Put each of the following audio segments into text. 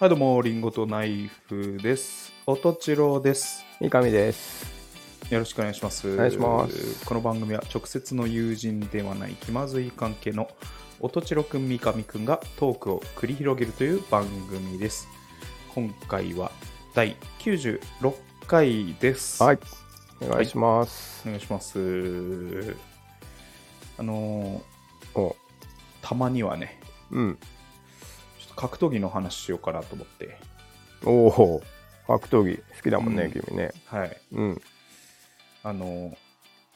はい、どうも、リンゴとナイフです。音ちろです。三上です。よろしくお願いします。お願いしますこの番組は直接の友人ではない気まずい関係の音ちろくん、三上くんがトークを繰り広げるという番組です。今回は第96回です。はい。お願いします。お願いします。あのーおたまにはね、うん。ちょっと格闘技の話しようかなと思って。おお。格闘技好きだもんね、うん君ね。はい。うん。あの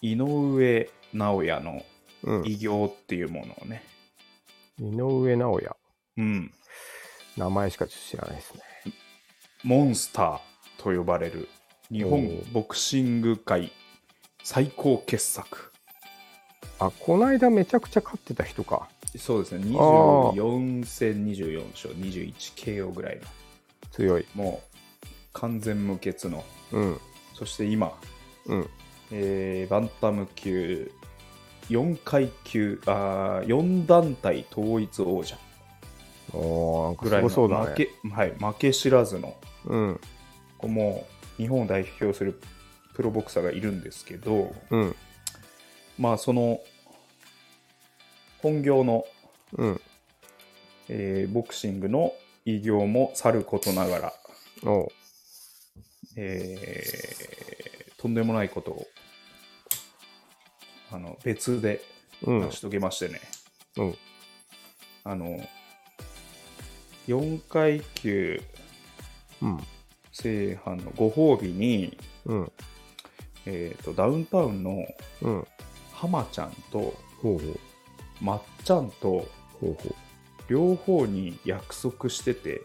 井上尚弥のうん。偉業っていうものをね、井上尚弥。うん、名前しか知らないですね。モンスターと呼ばれる日お本ーボクシング界最高傑作あ、こないだめちゃくちゃ勝ってた人か。そうですねあー24戦24勝 21KO ぐらいの強い。もう完全無欠のうん。そして今、うん。えーバンタム級4階級あ4団体統一王者おお、なんかぐすらいごのそうだ負ね。け,、はい、負け知らずのうん。こうもう日本を代表するプロボクサーがいるんですけど、うん。まあ、その本業の、うん。えーボクシングの偉業もさることながら、おお。えーとんでもないことをあの別でうん成。し遂げましてね、うん。あの4階級うん。制覇のご褒美に、うん。えーとダウンタウンのうん。浜ちゃんとほうほう。まっちゃんとほうほう。両方に約束してて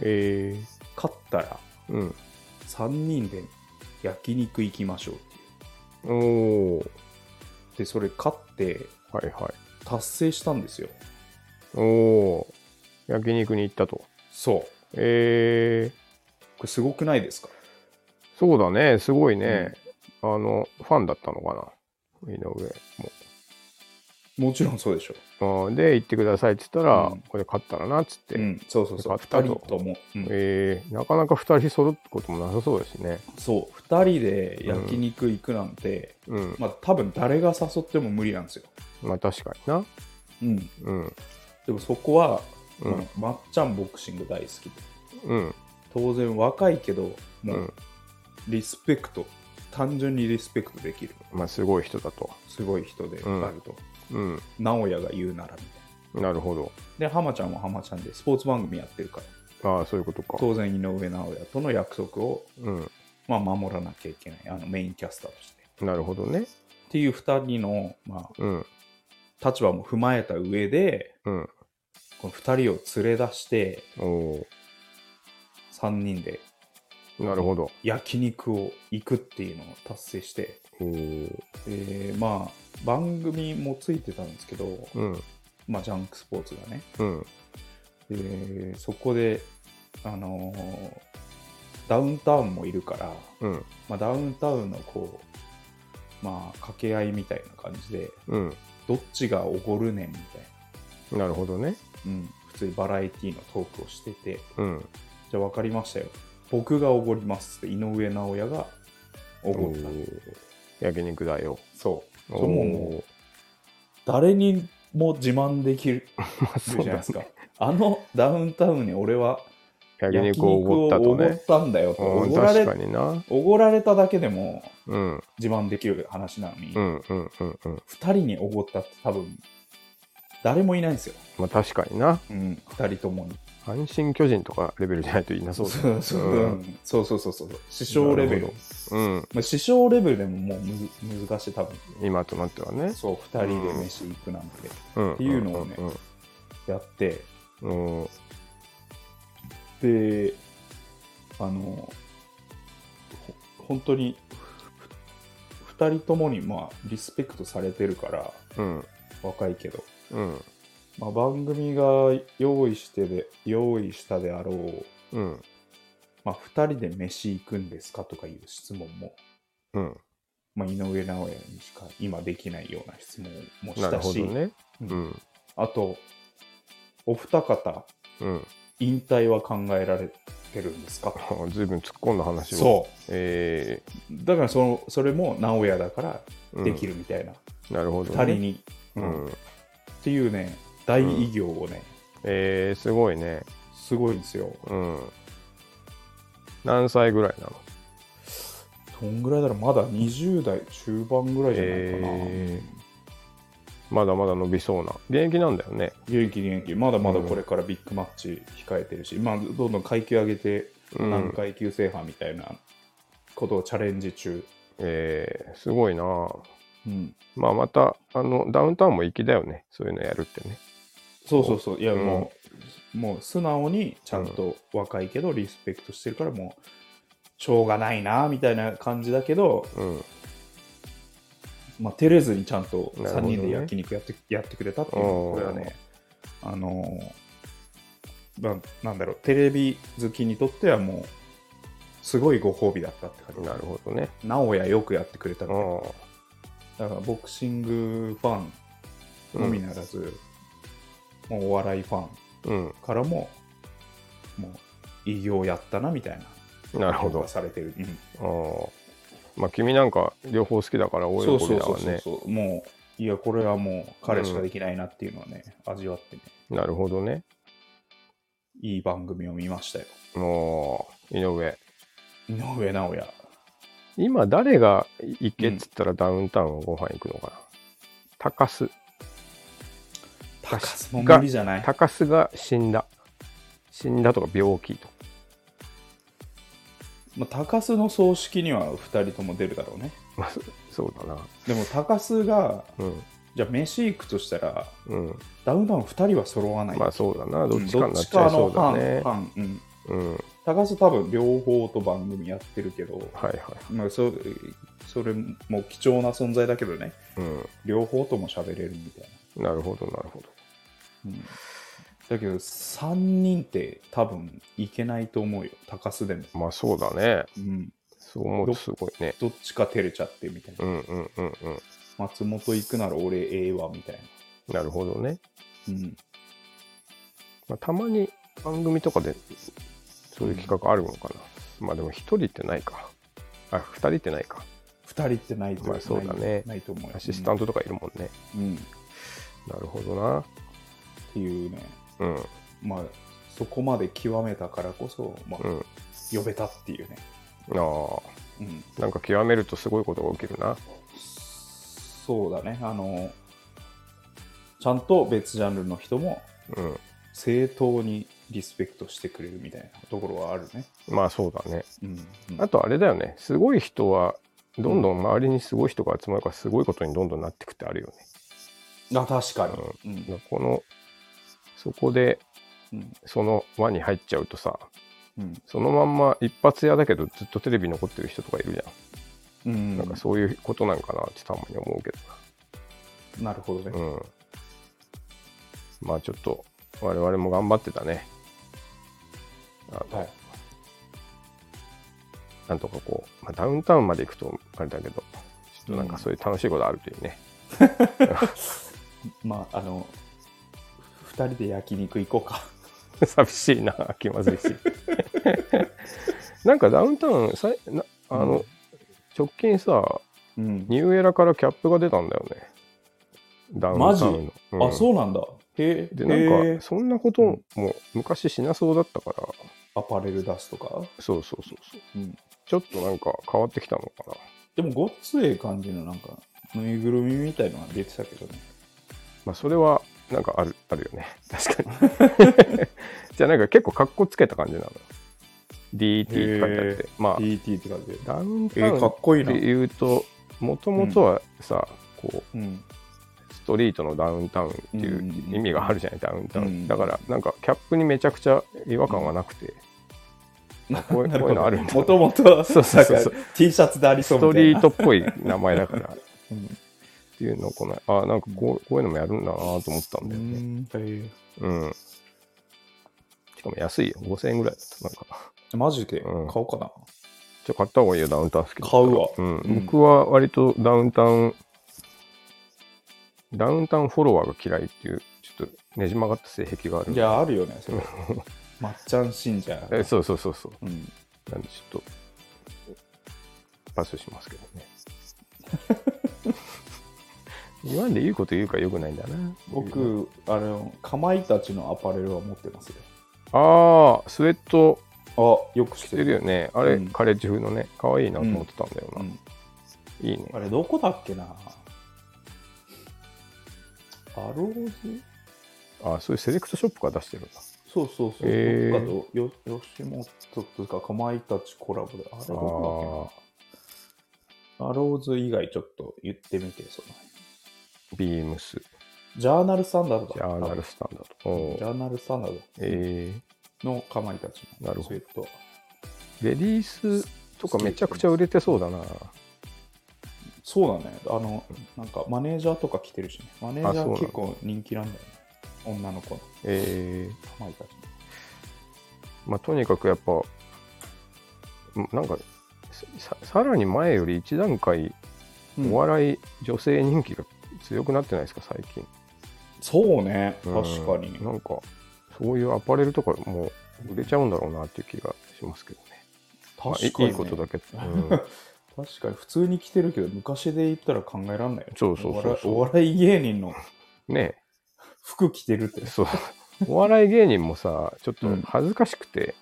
え勝ったらえー。 3人で焼肉行きましょうっていうん。おお。うでそれ勝ってはいはい。達成したんですよおお。焼肉に行ったと。そうええこれすごくないですかそうだね、すごいね。あの、ファンだったのかな、井上もちろんそうでしょも。あーで、行ってくださいって言ったら、うんこれ勝ったらなっつって。うんそうそうそう勝った2と人とも、うんえーなかなか2人揃うこともなさそうですね。そう2人で焼肉行くなんて、うん。まあ多分誰が誘っても無理なんですよ、まあ確かにな。うん、うん。でもそこは、うんまあまっちゃんボクシング大好きでうん。当然若いけどう。もうんリスペクト単純にリスペクトできるまあすごい人だと。すごい人であると、うん。直哉が言うならみたいなるほど。なで浜ちゃんも浜ちゃんでスポーツ番組やってるからああ、そういうことか。当然井上直哉との約束を、うん。まあ、守らなきゃいけないあのメインキャスターとしてなるほどね。っていう2人の、まうん。あ、立場も踏まえた上でうん。この2人を連れ出しておお3人でー。なるほど。焼肉を行くっていうのを達成して、おーえーまあ番組もついてたんですけど、うん。まあ、ジャンクスポーツがねうん。でそこで、あのーダウンタウンもいるから、うん。まあ、ダウンタウンのこう、まあ、掛け合いみたいな感じでうん。どっちがおごるねんみたいな、なるほどね。うん、普通にバラエティのトークをしててうん。じゃあ分かりましたよ僕がおごりますって井上尚弥がおごったー焼肉だよ。そうおそれももうー誰にも自慢できる まあじそゃなういだですか、あのダウンタウンに俺は焼焼肉肉ををおごおったとごねっ。たんだよとおうんごら確れかにな。おごられただけでもうん。自慢できる話なのに、う二んうんうんうん。 2人におごったって多分誰もいないんですよ、まあ確かにな。うん、2人ともに阪神巨人とかレベルじゃないといいなそ うだ。そうそううんうんそうそうそうそう師匠レベなルるうん。まあ、師匠レベルでももうむず難しい多分今となってはね。そう2人で飯行くなんてうん。っていうのをねうんやって、うんうん。であのほ本当に2人ともにまあリスペクトされてるからうん。若いけど、うん。まあ、番組が用意してで用意したであろう、うん。まあ、2人で飯行くんですかとかいう質問も、うん。まあ、井上尚弥にしか今できないような質問もしなるたほし、どね。ううんん。あとお二方うん。引退は考えられてるんですかあずいぶん突 っ込んだ話を。そえうだからそのそれも直哉だからーうんできるみたいな、なるほど、二人に、ううんん。っていうね大偉業をね、えー、すごいね。すごいんですようん。何歳ぐらいなのどんぐらいだろうまだ20代中盤ぐらいじゃないかな、えまだまだ伸びそうな。現役なんだよね。元気元気まだまだこれからビッグマッチ控えてるし、まあ、どんどん階級上げてうん何階級制覇みたいなことをチャレンジ中、えー、すごいなうん、まあまた、あの、ダウンタウンも粋だよね。そういうのやるってね。そうそうそういやうんもう,、もう素直にちゃんと若いけどリスペクトしてるからもうしょうがないなみたいな感じだけど、うん。まあ、照れずにちゃんとなるほ3どね人で焼肉やって,、やってくれたっていうおーこれはねあのーななんだろうテレビ好きにとってはもうすごいご褒美だったって感じなるほどね。直哉よくやってくれたみたいなうだからボクシングファンん。のみならず、もうお笑いファンうん。からももう偉業やったなみたいななるほ評ど価。されてる、うんうんまあ、君なんか両方好きだから大そう喜そびうだそうわそうね。そうもういやこれはもう彼しかできないなっていうのはね、味わってねなるほどね。いい番組を見ましたよもう、井上。井上尚弥今、誰が行けっつったらダウンタウンはご飯行くのかな。高須。高須も無理じゃない高須が死んだ。死んだとか病気とか。まあ高須の葬式には2人とも出るだろうねまあ、そそうだな。でも高須がうん。じゃあ飯行くとしたらうん。ダウンタウン2人は揃わないまあそうだな。どっちかどにっなっちちゃかいそのう半だね。半うん、うん。はい高須多分両方と番組やってるけど、はい。まあ、そそれも貴重な存在だけどねう両方とも喋れるみたいな、ん。なるほど、なるほど。うんだけど3人って多分いけないと思うよ高須でも、まあそうだね。うん、そう思うとすごいね。どっちか照れちゃってみたいな、うんうんうんうん。松本行くなら俺ええわみたいな、なるほどね。うん、まあ、たまに番組とかでそういう企画あるのかな。まあでも一人ってないか。あ、二人ってないか。 2人ってないと、まあそうだねないないと思うよアシスタントとかいるもんね。うん、うんっなるほどな。ていうねうんまあそこまで極めたからこそ、まあうん。あ呼べたっていうね、うあ、ん、なんか極めるとすごいことが起きるな。そうだねあのちゃんと別ジャンルの人もうん。正当にリスペクトしてくれるみたいなところはあるね、まあそうだね。うんうんあとあれだよね。すごい人は、どんどん周りにすごい人が集まるから、すごいことにどんどんなってくってあるよね。あ確かに、うんだからこの、そこで、うんその輪に入っちゃうとさ、うんそのまんま一発屋だけどずっとテレビ残ってる人とかいるじゃん。うん、なんかそういうことなんかなってたまに思うけなるほどどね、な。うん。まあちょっと、我々も頑張ってたね。あのはい、なんとかこう、まあ、ダウンタウンまで行くとあれだけど、ちょっとなんかそういう楽しいことあるというね。まああの2人で焼肉行こうか 寂しいな、気まずいし。 なんかダウンタウン、さいなあの、うん直近さ、うんニューエラからキャップが出たんだよね。ダウンタウンの。うんあそうなんだへえで、なんへか、ーそんなことも昔しなそうだったから、アパレル出すとか、そうそうそうそう。うん、ちょっとなんか変わってきたのかな。でもごっつええ感じのなんかぬいぐるみみたいのが出てたけどねまあ、それは、なんかある、あるよね。確 かに。じゃあなんか結構格好つけた感じなのよ。DT って書いてあって。まあ、 DT って感じでダウンタえウー、かンっこいいっなて言うと、もともとはさ、こうんう、ストリートのダウンタウンっていうんうんううん意味があるじゃない、ダウンタウうン。んだから、なんかキャップにめちゃくちゃ違和感がなくて、あこ ういうこういうのあるんだもともと、そうそうそうなんか T シャツでありそスうみトたいリな。ートっぽい名前だから。うんっていうのをこのあなんかこうこういうのもやるんだなと思ったんだよねうんうん、しかも安いよ5000円ぐらいだったなんかマジで買うんおうかな。ちょ買った方がいいよダウンタウン好きだった買らうわうんうん僕は割とダウンタウンダウンタウンフォロワーが嫌いっていうちょっとねじ曲がった性癖があるいや、あるよね、それ。まっちゃん信者。えそうそうそうそう。うん。なんでちょっと、パスしますけど ね。言わんでいいこと言うからよくないんだな。僕、あの、かまいたちのアパレルは持ってますよ。ああ、スウェットあ、よく知っ着ててるよね。あれ、うんカレッジ風のね、可愛いなと思ってたんだよな。うんいいねあ。れ、どこだっけなアローズああ、そういうセレクトショップから出してるんだ。そうそうそう。へーどっかとよ吉本とかかまいたちコラボで。あれ、どこだっけなアローズ以外ちょっと言ってみて、その辺ビームス、ジャーナルスタンダードだ。ジャーナルスタンダード。多お分ジーャーナルスタンダーえドのかまいたちのなるほスウどェットは。ー、レディースとかめちゃくちゃ売れてそうだな。そうだね。あの、なんかマネージャーとか来てるしね。マネージあャそうなーんだ結構人気なんだよね。女の子のかえー、まいたちの。まあ、とにかくやっぱんなんかささらに前より一段階うんお笑い女性人気が強くなってないですか最近そうね。うん確かに。なんかそういうアパレルとかもう売れちゃうんだろうなっていう気がしますけどねまあい確かに、ねいいことだ けど、うん確かに普通に来てるけど昔で言ったら考えらんないよそうそうそうそうお笑いお笑い芸人のね服着てるってえそうお笑い芸人もさちょっとうん恥ずかしくて、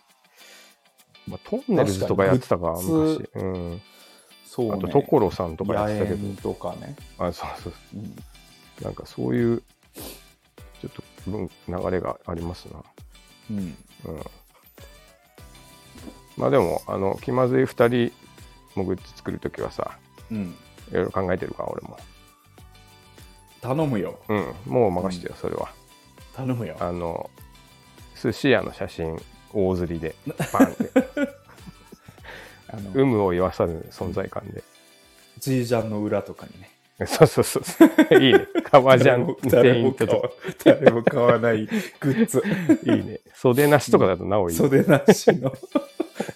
まあ、トンネルズとかやってたか確かにグッ昔ズ、うん、そう、ね、あと所さんととかかやってたけどとかね、あそうそううんなんかそういう、ちょっと文流れがありますな。うんうん。まあでも、あの、気まずい2人もグッズ作るときはさ、うんいろいろ考えてるから、俺も。頼むようん、もう任してよ、それは。頼むよあの、寿司屋の写真、大釣 りで、バンって、あの有無を言わさぬ存在感で。 ジージャンの裏とかにねそうそうそうそう。いいね。革ジャン誰全も員買とわ誰も買わないグッ ズいいね。袖なしとかだとなおいい。袖なしの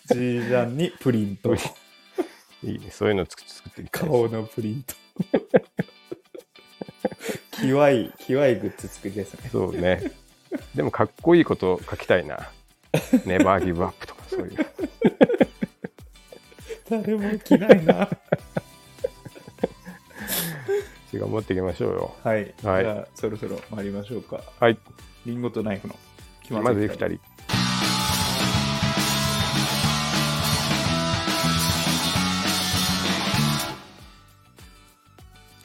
ジージャンにプリントいいね。そういうの作作ってみたいです顔のプリント きわいきわいグッズ作りですねそうね。でもかっこいいこと書きたいな。ネバーギブアップとかそういう。誰も着ないな。違う、持っていきましょうよ。はい。はいじゃあ、そろそろ参りましょうか。はい。リンゴとナイフの気まずい2人。人。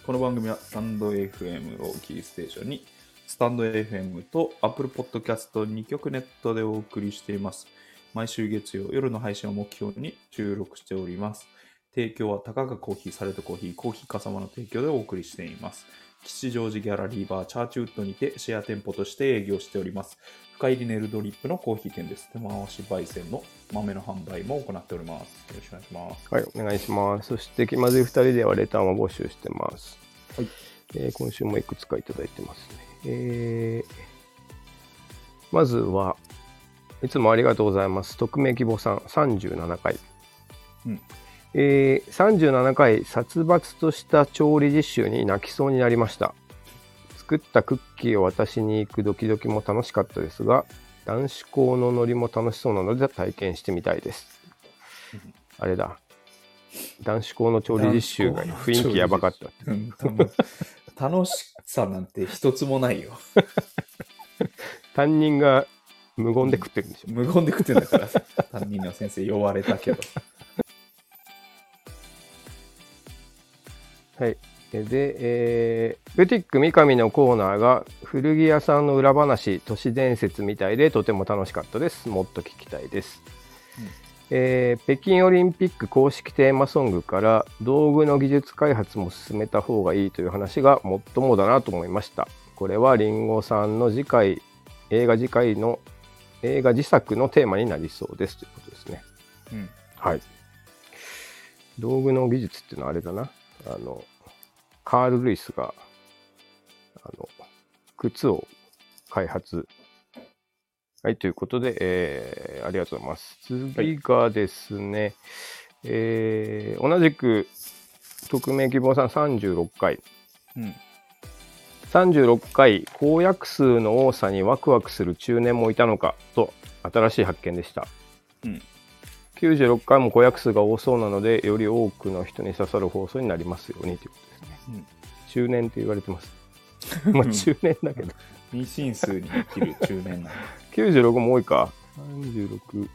この番組はスタンド FM をキーステーションに、スタンド FM と Apple Podcast2 曲ネットでお送りしています。毎週月曜夜の配信を目標に収録しております。提供はたかがコーヒー、サレトコーヒー、コーヒーかさまの提供でお送りしています。吉祥寺ギャラリーバーチャーチウッドにてシェア店舗として営業しております。深入りネルドリップのコーヒー店です。手回し焙煎の豆の販売も行っております。よろしくお願いします。はい、お願いします。そして、気まずい2人ではレターも募集してます。はいえー今週もいくつかいただいてますね。えーまずは、いつもありがとうございます。匿名希望さん、37回。うんえー37回、殺伐とした調理実習に泣きそうになりました。作ったクッキーを渡しに行くドキドキも楽しかったですが、男子校のノリも楽しそうなので体験してみたいです。あれだ。男子校の調理実習が雰囲気やばかった。うん多分楽しさなんて一つもないよ。担任が無言で食ってるんでしょ。無言で食ってんだ からさ、担任の先生呼ばれたけど。はい。で、えーブティック三上のコーナーが古着屋さんの裏話、都市伝説みたいでとても楽しかったです。もっと聞きたいです。うんえー北京オリンピック公式テーマソングから道具の技術開発も進めた方がいいという話がもっともだなと思いました。これはリンゴさんの次回、映画次回の映画自作のテーマになりそうですということですね。うん、はい。道具の技術っていうのはあれだな。あの、カール・ルイスが、あの、靴を開発。はい、ということで、えーありがとうございます。次がですね、えー同じく、匿名希望さん36回。うん、 36回公約数の多さにワクワクする中年もいたのかと新しい発見でした。うん96回も公約数が多そうなので、より多くの人に刺さる放送になりますようにということですね。うん中年って言われ てます。まあ中年だけど。妊娠数に生きる中年なんで96も多いか。36。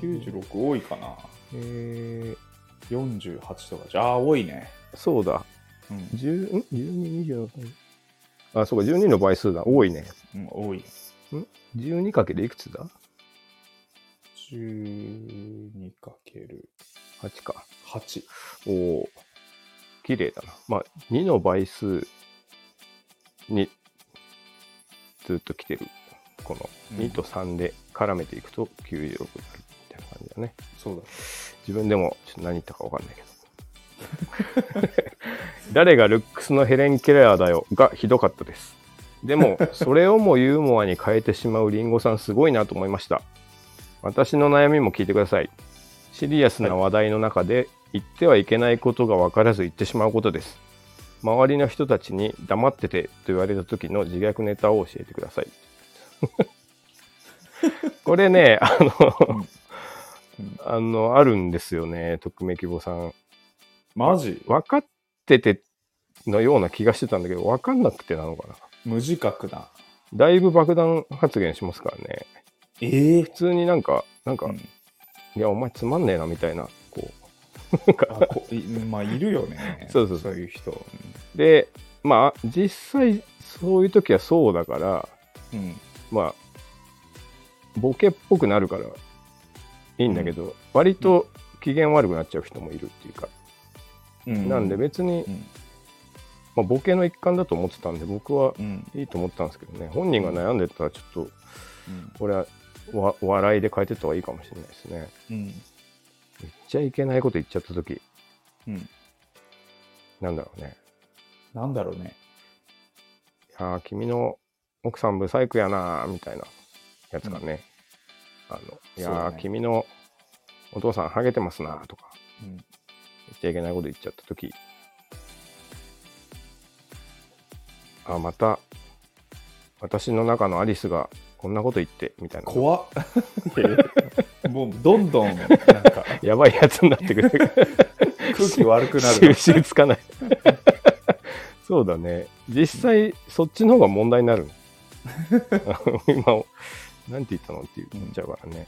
96多いかなえー、 48とかじゃあ多いね、そうだ。うん10ん12、26。あ、そうか、12の倍数だ。多いね。うん、多い12かけるいくつだ 12×8 ?8 か。おお綺麗だな。まあ、2の倍数にずっと来てる。このうん2と3で絡めていくと96になるみたいな感じだね。そうだ自分でもちょっと何言ったかわかんないけど。 誰がルックスのヘレン・ケラーだよがひどかったです。でも、それをもユーモアに変えてしまうリンゴさんすごいなと思いました。私の悩みも聞いてください。シリアスな話題の中で言ってはいけないことが分からず言ってしまうことです。周りの人たちに黙っててと言われた時の自虐ネタを教えてください。これね、あの、あの、あるんですよね、匿名希望さん。マジ分かっててのような気がしてたんだけど、分かんなくてなのかな。無自覚だだいぶ爆弾発言しますからね。ええ普通になんか、なんか、うんいや、お前つまんねえな、みたいな、こう、あこいまあいるよねそうそうそ そうういう人でまあ実際そういう時はそうだからうん、うんまあボケっぽくなるからいいんだけど、割と機嫌悪くなっちゃう人もいるっていうか、うんなんで別に、うんまあ、ボケの一環だと思ってたんで僕はうんいいと思ったんですけどね本人が悩んでたらちょっとうんこれはわ笑いで変えてった方がいいかもしれないですねうん言っちゃいけないこと言っちゃった時うんなんだろうねなんだろうね「ああ君の奥さんブサイクやな」みたいなやつがね「あのいやそうだー、ね君のお父さんハゲてますな」とかうん言っちゃいけないこと言っちゃった時あまた私の中のアリスがこんなこと言ってみたいな怖っもうどんどんなんか やばいやつになってくる空気悪くなる収拾つかない そうだね実際そっちの方が問題になるあの 今なんて言ったのって言っちゃうからね、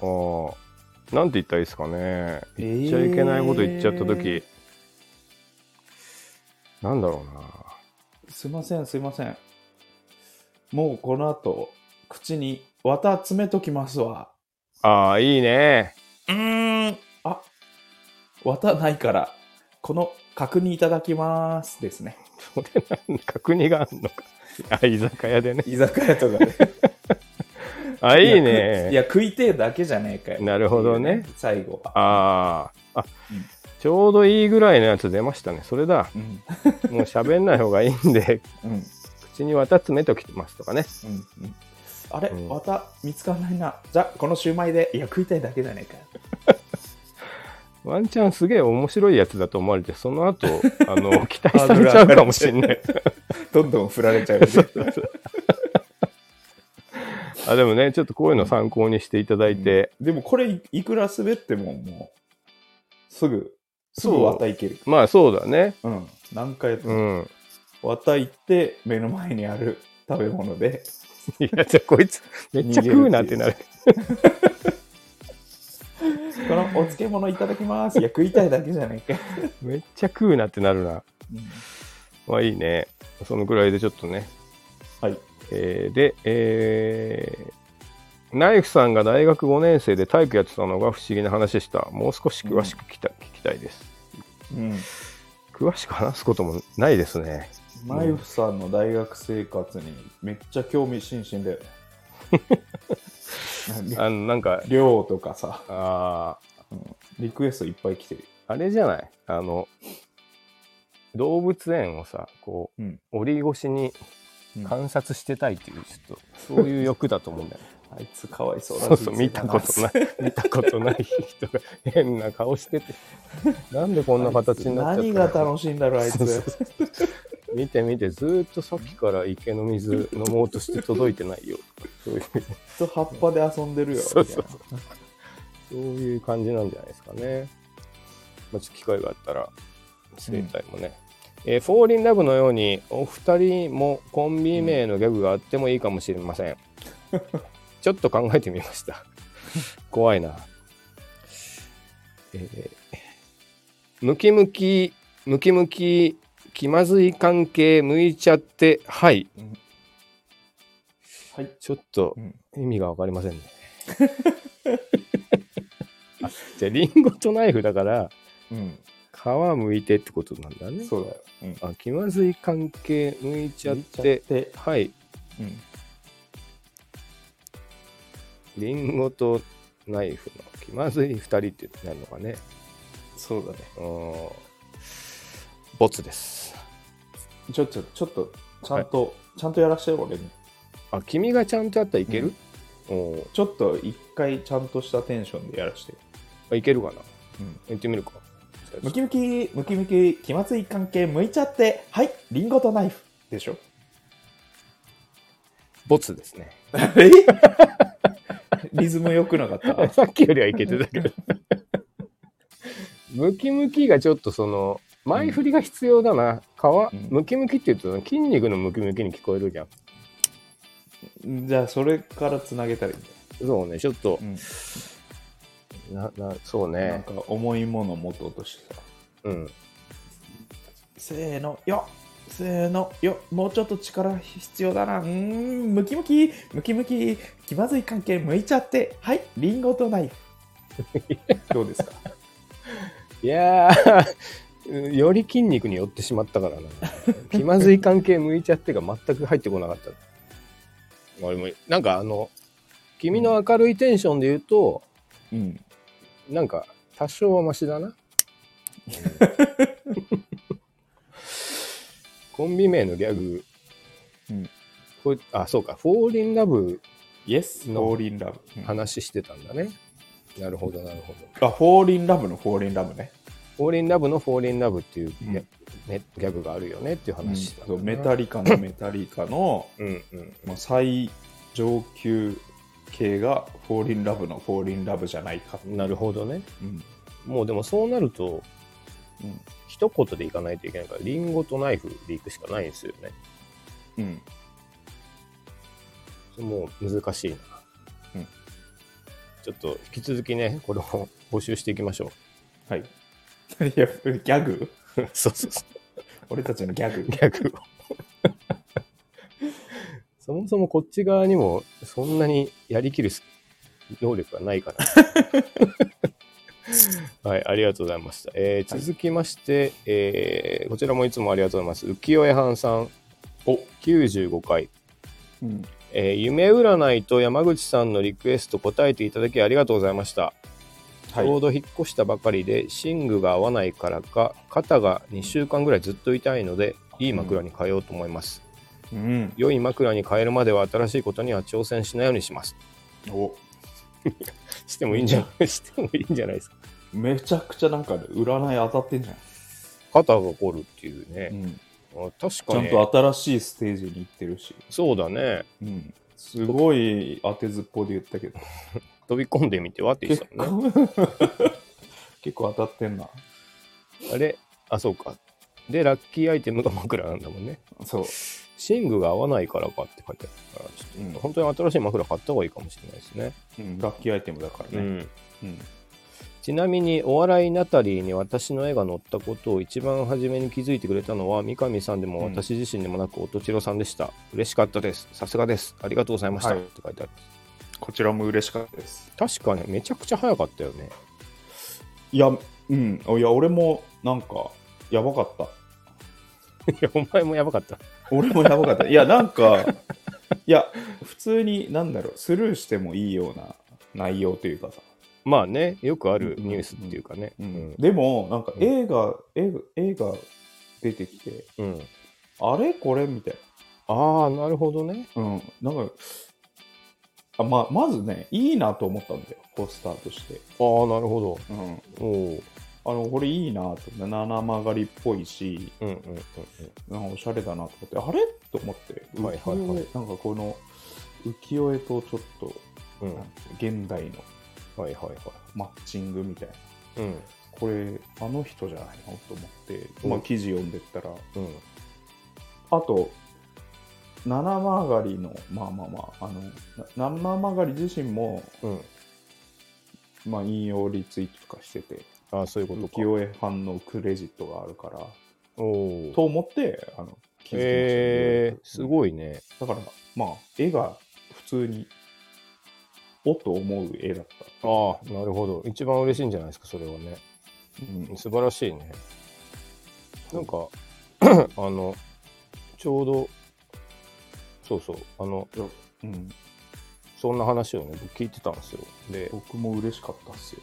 ああなんて言ったらいいですかね言っちゃいけないこと言っちゃった時、えなんだろうなすいませんすいませんもうこの後口に綿詰めときますわああいいねうーんあ綿ないからこの確認いただきますですねそれなんか国があんのかあ居酒屋でね居酒屋とかであいいやくいねや食いてえだけじゃねえかよなるほどね最後はあーあうんちょうどいいぐらいのやつ出ましたねそれだうんもう喋んない方がいいんで うんうん口に綿詰めときますとかねうんあれ、うん綿見つからないなじゃあこのシューマイでいや食いたいだけじゃねえかよワンチャンすげえ面白いやつだと思われてその後あ の期待されちゃうかもしんないどんどん振られちゃうよねあでもねちょっとこういうの参考にしていただいて、でもこれいいくら滑ってももうすぐすそぐう綿いけるまあそうだねうん何回やってうもん綿いって目の前にある食べ物でいやじゃあこいつめっちゃ食うなってなるこのお漬物いただきますいや食いたいだけじゃね えかよ、めっちゃ食うなってなるなうんまあいいねそのぐらいでちょっとねはいえーで、えーナイフさんが大学5年生で体育やってたのが不思議な話でした。もう少し詳しく聞きた,、聞きたいです。うん詳しく話すこともないですね。ナイフさんの大学生活にめっちゃ興味津々だ よねなんかあのなんか、寮とかさあリクエストいっぱい来てるーあれじゃないあの、動物園をさ、こう、うん檻越しにうん観察してたいっていう、ちょっと、そういう欲だと思うんだよね。あいつかわい そうそうなそう、見たこと ないい、見たことない人が変な顔してて、なんでこんな形になっちゃ何ったのが楽しいんだろうあいつそうそう見て見てずーっとさっきから池の水飲もうとして届いてないよそういう、ずっと葉っぱで遊んでるよそみうたいそうなそういう感じなんじゃないですかね。まあ、ちょっと機会があったら、生態もね。えーフォーリンラブのように、お二人もコンビ名のギャグがあってもいいかもしれません。ちょっと考えてみました。怖いな。えームキムキ、ムキムキ、気まずい関係、向いちゃって、はい。うんはい、ちょっとう、ん、意味がわかりませんね。あじゃあ、リンゴとナイフだかうら、皮むいてってことなんだねん、。そうだよ、うん、あ、気まずい関係、むいちゃって、で、はい。うん、リンゴとナイフの気まずい二人ってなるのかね。そうだねうーん。ボツです。ちょちょちょっとちゃんと、ちゃんとやらしてよ俺にあ、君がちゃんとやったらいける、おーちょっと一回ちゃんとしたテンションでやらしてよ、あいけるかなうん、行ってみるか。じゃあムキムキムキムキ気まずい関係向いちゃってはいリンゴとナイフでしょボツですね。え リズム良くなか ったさっきよりはいけてたけど。 ムキムキがちょっとその、前振りが必要だな。皮、うんムキムキって言うと筋肉のムキムキに聞こえるじゃん。じゃあそれからつなげたらいいんだよ、そうね、ちょっとう、んな、な、そうなんね。か重いもの持とうとしてさうん。せーのよせーのよもうちょっと力必要だなうーんムキムキムキムキ気まずい関係向いちゃってはいリンゴとナイフ どうですかいやー、 うんより筋肉に寄ってしまったからな。 気まずい関係向いちゃってが全く入ってこなかった。俺も、なんかあの、君の明るいテンションで言うと、うんなんか、多少はマシだな。コンビ名のギャグ、うんこれあ、そうか、フォーリンラブイエスのフォーリンラブ、うん話してたんだね。なるほど、なるほど。あフォーリンラブのフォーリンラブね、フォーリンラブのフォーリンラブっていうギャ,、うんね、ギャグがあるよねっていううん話だ、そうメタリカのメタリカの、うんうん。まあ、最上級系がフォーリンラブのフォーリンラブじゃないか、なるほどね。うんもうでもそうなると、うん一言でいかないといけないから、リンゴとナイフでいくしかないんですよね。うん、もう難しいな。うんちょっと引き続きね、これを募集していきましょはいいやギャグう。 そうそうそ俺たちのギャグう。逆を。 そもそもこっち側にもそんなにやりきる能力がな いから。はい、ありがとうございました。えーはい続きまして、えーこちらもいつもありがとうございます。浮世絵藩さん、お95回。うんえー夢占いと山口さんのリクエスト答えていただきありがとうございました。はちょうい、ど引っ越したばかりで寝具が合わないからか肩が2週間ぐらいずっと痛いのでいい枕に変えようと思います、うん、良い枕に変えるまでは新しいことには挑戦しないようにしますおしてもいいんじゃないしてもいいんじゃないですかめちゃくちゃなんか占い当たってんじゃん、肩が凝るっていうね、あ確ちかゃにんと新しいステージに行ってるし、そうだねうん、すごい当てずっぽうで言ったけど飛び込んでみてはって言っ結てたもんね構 結構当たってんなあれあそうかでラッキーアイテムが枕なんだもんねそう、寝具が合わないからかって書いてあるからちょっうんと本当に新しい枕買った方がいいかもしれないですね、うん、ラッキーアイテムだからね、うんちなみにお笑いナタリーに私の絵が載ったことを一番初めに気づいてくれたのは三上さんでもうん私自身でもなく音千代さんでした、嬉しかったですさすがですありがとうございました、はいって書いてあるこちらも嬉しかったです確かにめちゃくちゃ早かったよ ねいやうんいや俺もなんかやばかったいやお前もやばかった俺もやばかったいやなんかいや普通になんだろうスルーしてもいいような内容というかさまあねよくあるニュースっていうかねうんでもなんかうん映画、映画映画出てきてうんあれこれみたいああなるほどねな,、うん、なんかあままずねいいなと思ったんだよポスターとして、ああなるほうん、どおーあのこれいいなと七曲がりっぽいしうんうんうんうんなんかおしゃれだなと思ってあれと思って、はいはいはい浮世絵なんかこの浮世絵とちょっとうん。なんはか現代のいはいは。マッチングみたいないうん。これあの人じゃないのと思って、うんまあ、記事読んでったらうん。あと七曲がりのまあまあまああのな七曲がり自身も、うん。まあ、引用リツイートとかしててああ、そういうこと浮か。世絵版のクレジットがあるからおお。と思ってあの気づきましたね、えー、すいごいね。だからまあ絵が普通におと思う絵だった、ああ、なるほど。一番嬉しいんじゃないですか、それはね。うん素晴らしいね。なんか、 あの、ちょうど、そうそう、あの、うん、そんな話をね、僕聞いてたんですよ。で、僕も嬉しかったっすよ、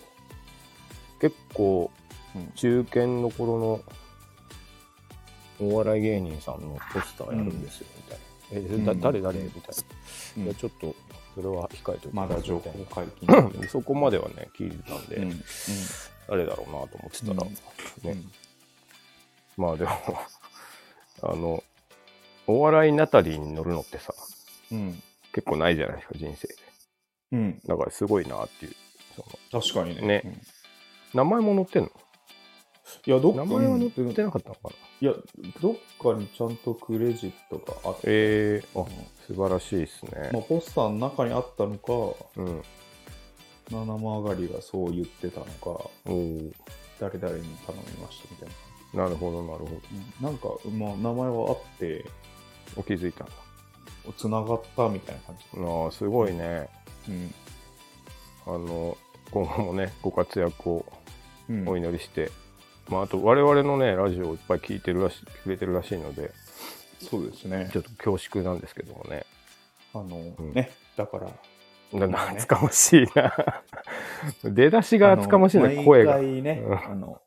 結構、うん中堅の頃のお笑い芸人さんのポスターやるんですよ、みたいな。え、だうん誰誰みたいうんな。いやちょっと、それは控えておきまますだ情みた報いな解禁なんでそこまではね、聞いてたんで、うんうん誰だろうなと思ってたら、うんねまあでも あのお笑いナタリーに乗るのってさうん、結構ないじゃないですか人生でうん、だからすごいなっていうその確かにねねうん名前も載ってんのいやどっか名前は載うんってなかったのかな、いやどっかにちゃんとクレジットがあって、ええうあ素晴らしいですね、んまあ、ポスターの中にあったのかうん七曲がりがそう言ってたのかおー誰々に頼みましたみたいな、なるほどなるほどうんなんか、まあ、名前はあってお気づいたんだつながったみたいな感じ、ああすごいねうんあの今後もねご活躍をうんお祈りして、まあ、あと我々のねラジオをいっぱい聞いてるらしくれてるらしいのでそうですねちょっと恐縮なんですけどもねあの、んねだからな懐かしいな。出だしが厚かましいあのね、声が毎。回ね、うんあの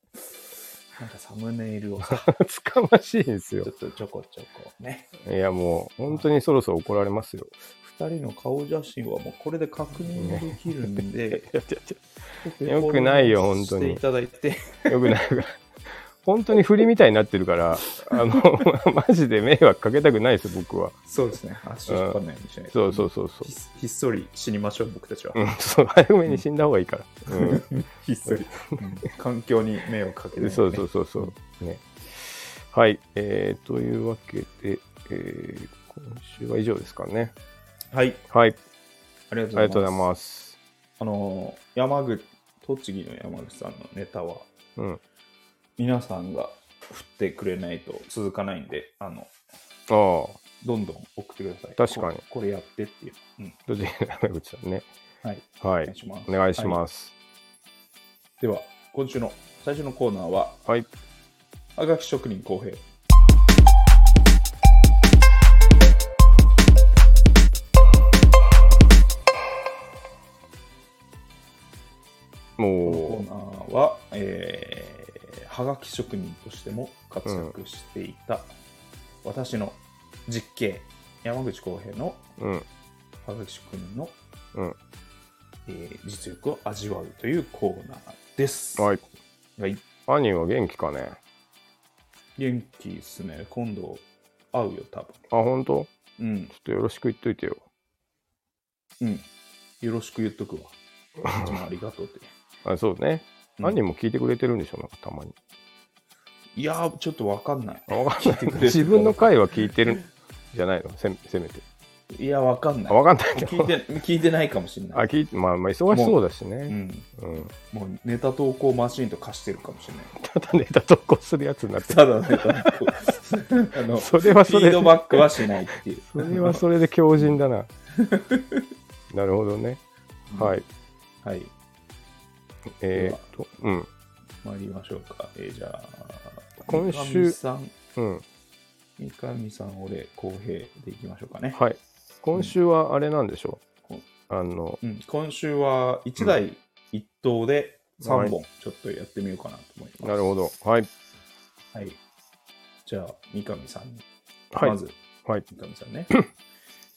なんかサムネイルを さ厚かましいんですちょよ。っとちょこちょこねいや、もう、本当にそろそろ怒られますよ。 2人の顔写真はもうこれで確認できるんで、 よくないよ本当にしていただいて、よくない。本当に振りみたいになってるから、あの、 マジで迷惑かけたくないです、僕は。そうですね、足引っ張んないようにしないそうそうそそうそうひ。ひっそり死にましょう、僕たちは。うん、そう早めに死んだ方がいいから。うんひっそり。うん環境に迷惑かけないようにね、そうそうそうそう。ね。はい。えー、というわけで、えー今週は以上ですかね。はい、はい。ありがとうございます。ありがとうございます。あのー、山口、栃木の山口さんのネタは、うん。皆さんが振ってくれないと続かないんで、あの、ああ。どんどん送ってください。確かにここれやってっていう。うん。どっち山口さんね。はい。はおい願い。します。お願いしはます。では、今週の最初のコーナーは、はい。あがき職人公平。このコもーナーは、えー、はがき職人としても活躍していた、私の実刑、山口公平のう、うん。はがき職人の、うんえー実力を味わうというコーナーです。はい。はい兄は元気かね元気ですね。今度会うよ、多分。あ、本当うんちょ。っとよろしく言っといてよ。うん。よろしく言っと くわ。いつもありがとうって。あそうね。うん兄も聞いてくれてるんでしょなんか たまに。いやー、ちょっとわかんない。あわかんないてくれてる自分の回は聞いてるんじゃないのせせめて。いや、わかんなあ、い。わかんないけ聞いど。て聞いてないかもしれあ、ない。聞いて、まあ、まあ、忙しそうだしうね。ん。うん。もうネタ投稿マシーンと貸してるかもしれない。ただネタ投稿するやつになってる。ただネタ投 稿。あの、フそれはそィーれでド、バックはしないっていう。それはそれで強靭だな。 なるほどね。はい。はい。えーっと、うん。参りましょうか。えーじゃあ、今週三上さん、うん。三上さん、俺、浩平でいきましょうかね。はい。今週はあれなんでしょう、うんあの、うん、今週は1台1投で3本ちょっとやってみようかなと思います。なるほど。はい。はい、じゃあ三上さんに、はい。まずはい。三上さん ね、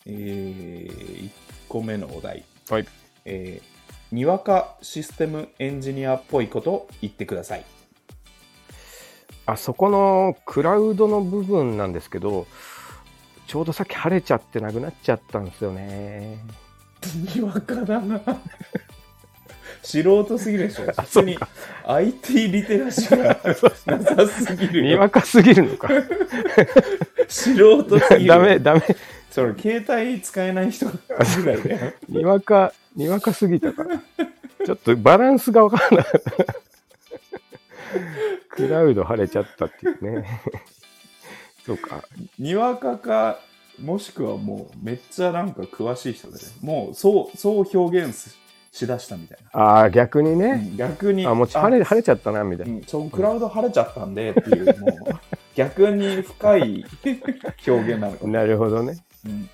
えー、1個目のお題、はい。えーにわかシステムエンジニアっぽいことを言ってください。あそこのクラウドの部分なんですけど、ちょうどさっき晴れちゃってなくなっちゃったんですよね。にわかだな。素人すぎるでしょ。普そ通うに IT リテラシーがなさすぎるによ。わかすぎるの か。素人すぎる。ダメ、。ダメ。その携帯使えない人ぐらい だよ。にわか、にわかすぎたから。ちょっとバランスがわからない。クラウド晴れちゃったっていうね。そうか。にわかか、もしくはもうめっちゃなんか詳しい人だね。もうそう、そう表現ししだしたみたいああ、逆にな。うね。ん逆に。あ、もう晴れ、晴れちゃったな、みたいうな。ん、そうクラウド晴れちゃったんでっていう、も う逆に深い表現なのかも。なるほどね。うん、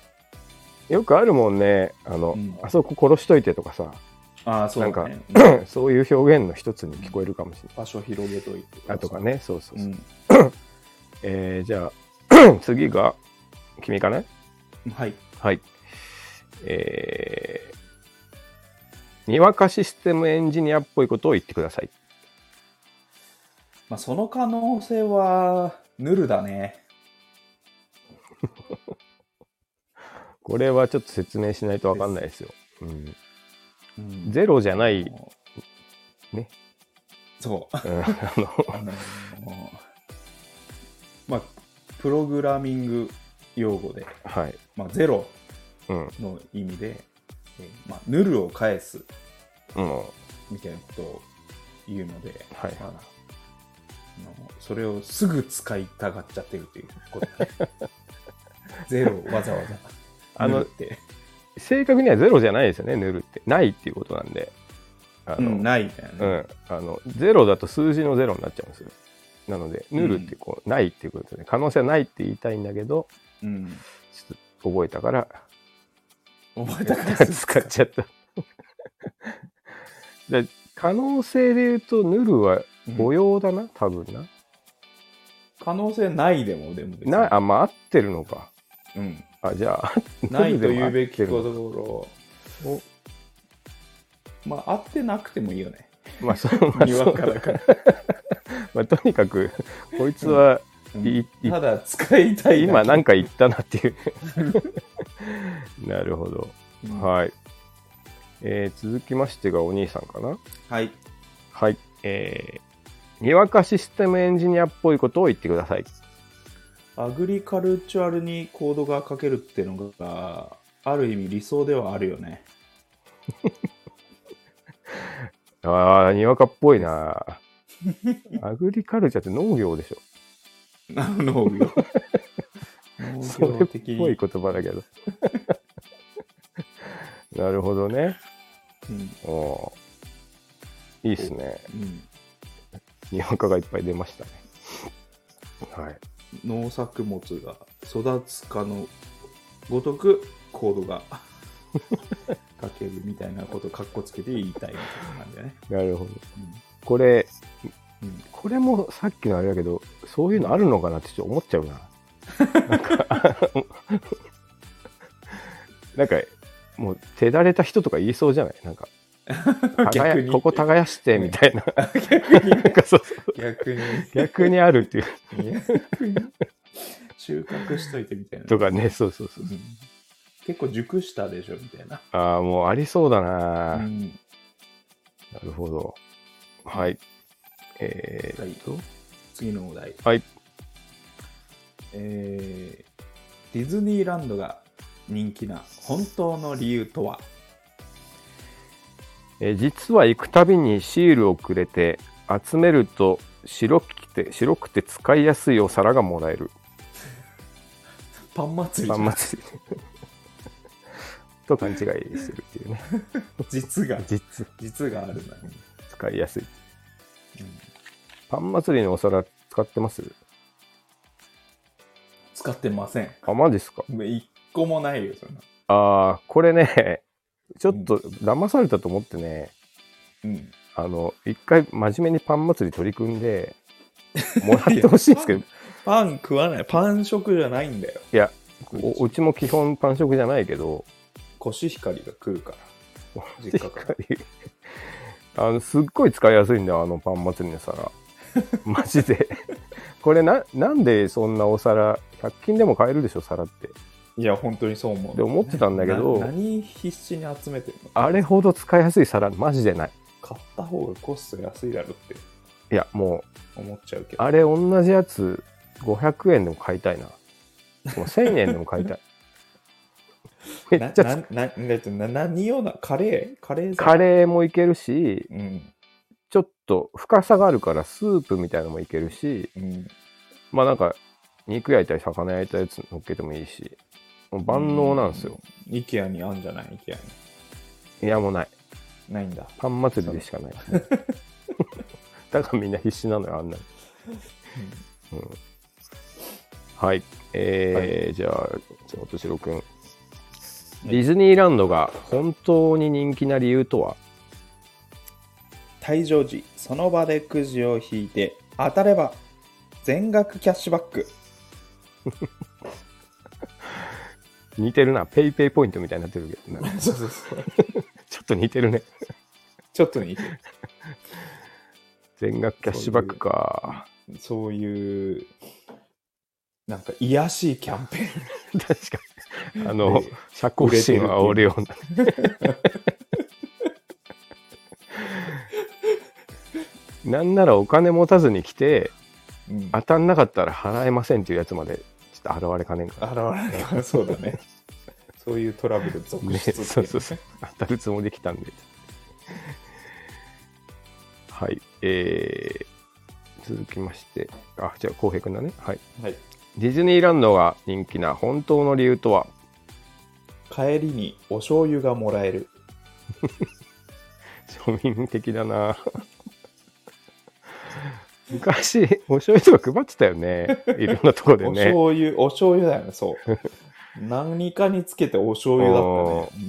よくあるもんね。あの、うんあそこ殺しといてとかさ、 ああ、そうだね。そういう表現の一つに聞こえるかもしれ場所広げといて。ない。あとかね、そうそううそう。ん。えーじゃあ、 次が、君かなはい。はい。えー、にわかシステムエンジニアっぽいことを言ってください。まあ、その可能性は、ヌルだね。これはちょっと説明しないとわかんないですよ。うん、うんゼロじゃない、うん、ね。 そう。あのあのーまあ、プログラミング用語で、はい。まあ、ゼロうん。の意味で、えーまあ、ヌルを返すうん。はみたいなことを言うので、い。まああのそれをすぐ使いたがっちゃってるということね ゼロをわざわざあの塗って、正確にはゼロじゃないですよね、塗るって。ないっていうことなんで。あうの、ん、ないみたいなね、うん、あのゼロだと数字のゼロになっちゃうんですよ。なので、ヌルってこう、ないっていうことで、可能性はないって言いたいんだけど、うん、ちょっと覚えたから、覚えたから使っちゃった。 で可能性で言うと、ヌルはうん誤用だな、多分な。可能性ないでもでも別になあ、まあ、合ってるのか。うん、あ、じゃあ、 ないとヌルで言も合うっべてきるこのところをまあ合ってなくてもいいよ ねまあ、そう、まあにそわうかだから、 まあとにかく、こいつは、うんいいただ使いたい今なんんか言ったな っていう。なるほど。ははい。えー続きましてがお兄さんかな。いはい。えーにわかシステムエンジニアっぽいことを言ってください。アグリカルチュアルにコードが書けるってのがある意味理想ではあるよ ねああ、にわかっぽ いな。アグリカルチャーって農業でしょ。あの農業農そ業れっ的にぽい言葉だけど。 なるほどね。うんおーいいっすね。うんにわかがいっぱい出ましたね。はい。農作物が育つかのごとくコード が書けるみたいなことをカッコつけて言いたいみたいなんだよね、なるほど。これ、うんうんこれもさっきのあれだけど、そういうのあるのかなってちょっと思っちゃうな。 なんか、なんかもう手だれた人とか言いそうじゃないな んか、逆耕にここ耕してみたいな。逆になんかそうそう逆に逆にあるっていう。逆に収穫しといてみたいな、。とかね、そうそうそううん結構熟したでしょみたいな、ああ、もうありそうだう、な、なんるほど。はい。えー、はい次のお題はい。えーディズニーランドが人気な本当の理由とはえー実は行くたびにシールをくれて集めると白くて白くて使いやすいお皿がもらえるパン祭りパじゃンん祭り と勘違いするっていうね実が実実があるんだね、使いやすいうんパン祭りのお皿使ってます使ってませんあマジっすかもう一個もないよそんなああこれね ちょっと騙されたと思ってねうんあの一回真面目にパン祭り取り組んでもらって ほしいんですけどパン食わないパン食じゃないんだよいやおおうちも基本パン食じゃないけどコシヒカリが食うから実家から あのすっごい使いやすいんだよあのパン祭りの皿マジで。これな、なんでそんなお皿、100均でも買えるでしょ、皿って。いや、本当にそう思う。で思ってたんだけどな何必死に集めてるのあれほど使いやすい皿、マジでない。買った方がコスト安いだろっていや、もう、思っちゃうけど。あれ同じやつ、500円でも買いたいな。もう1000円でも買いたい。めっちゃ なつ、ななだってな何ようなカレーカレーカレレーもいけるし、ーうん。ちょっと深さがあるからスープみたいのもいけるし、うん。まあなんか、肉焼いたり魚焼いたやつ乗っけてもいいし、もう万能なんですよ。イケアにあんじゃない ?IKEA いや、もうない。に。ないんだ。パン祭りでしかない。 だからみんな必死なのよ、あんなの。うんはい。えーじゃあ、じゃあ、おとしろくん。ディズニーランドが本当に人気な理由とは退場時、その場でくじを引いて、当たれば全額キャッシュバック。似てるな。ペイペイポイントみたいになってるけ どな、そうそうそう。ちょっと似てるね。 ちょっと似てる。全額キャッシュバックか。そういう、なんか、癒やしいキャンペーン。確かに。あの、社交心を煽るような。 なんならお金持たずに来て、うん、当たんなかったら払えませんっていうやつまでちょっと現れかねんから、現れるからそうだね。そういうトラブル続ね、出っていね、そうそうそう当たるつもりできたんではいえー、続きましてあじゃあ浩平君だねはいはい。ディズニーランドが人気な本当の理由とは帰りにお醤油がもらえる。庶民的だな昔お醤油とか配ってたよねいろんなとこでおね醤油、お醤油だよね、 そう。何かにつけてお醤油だったね。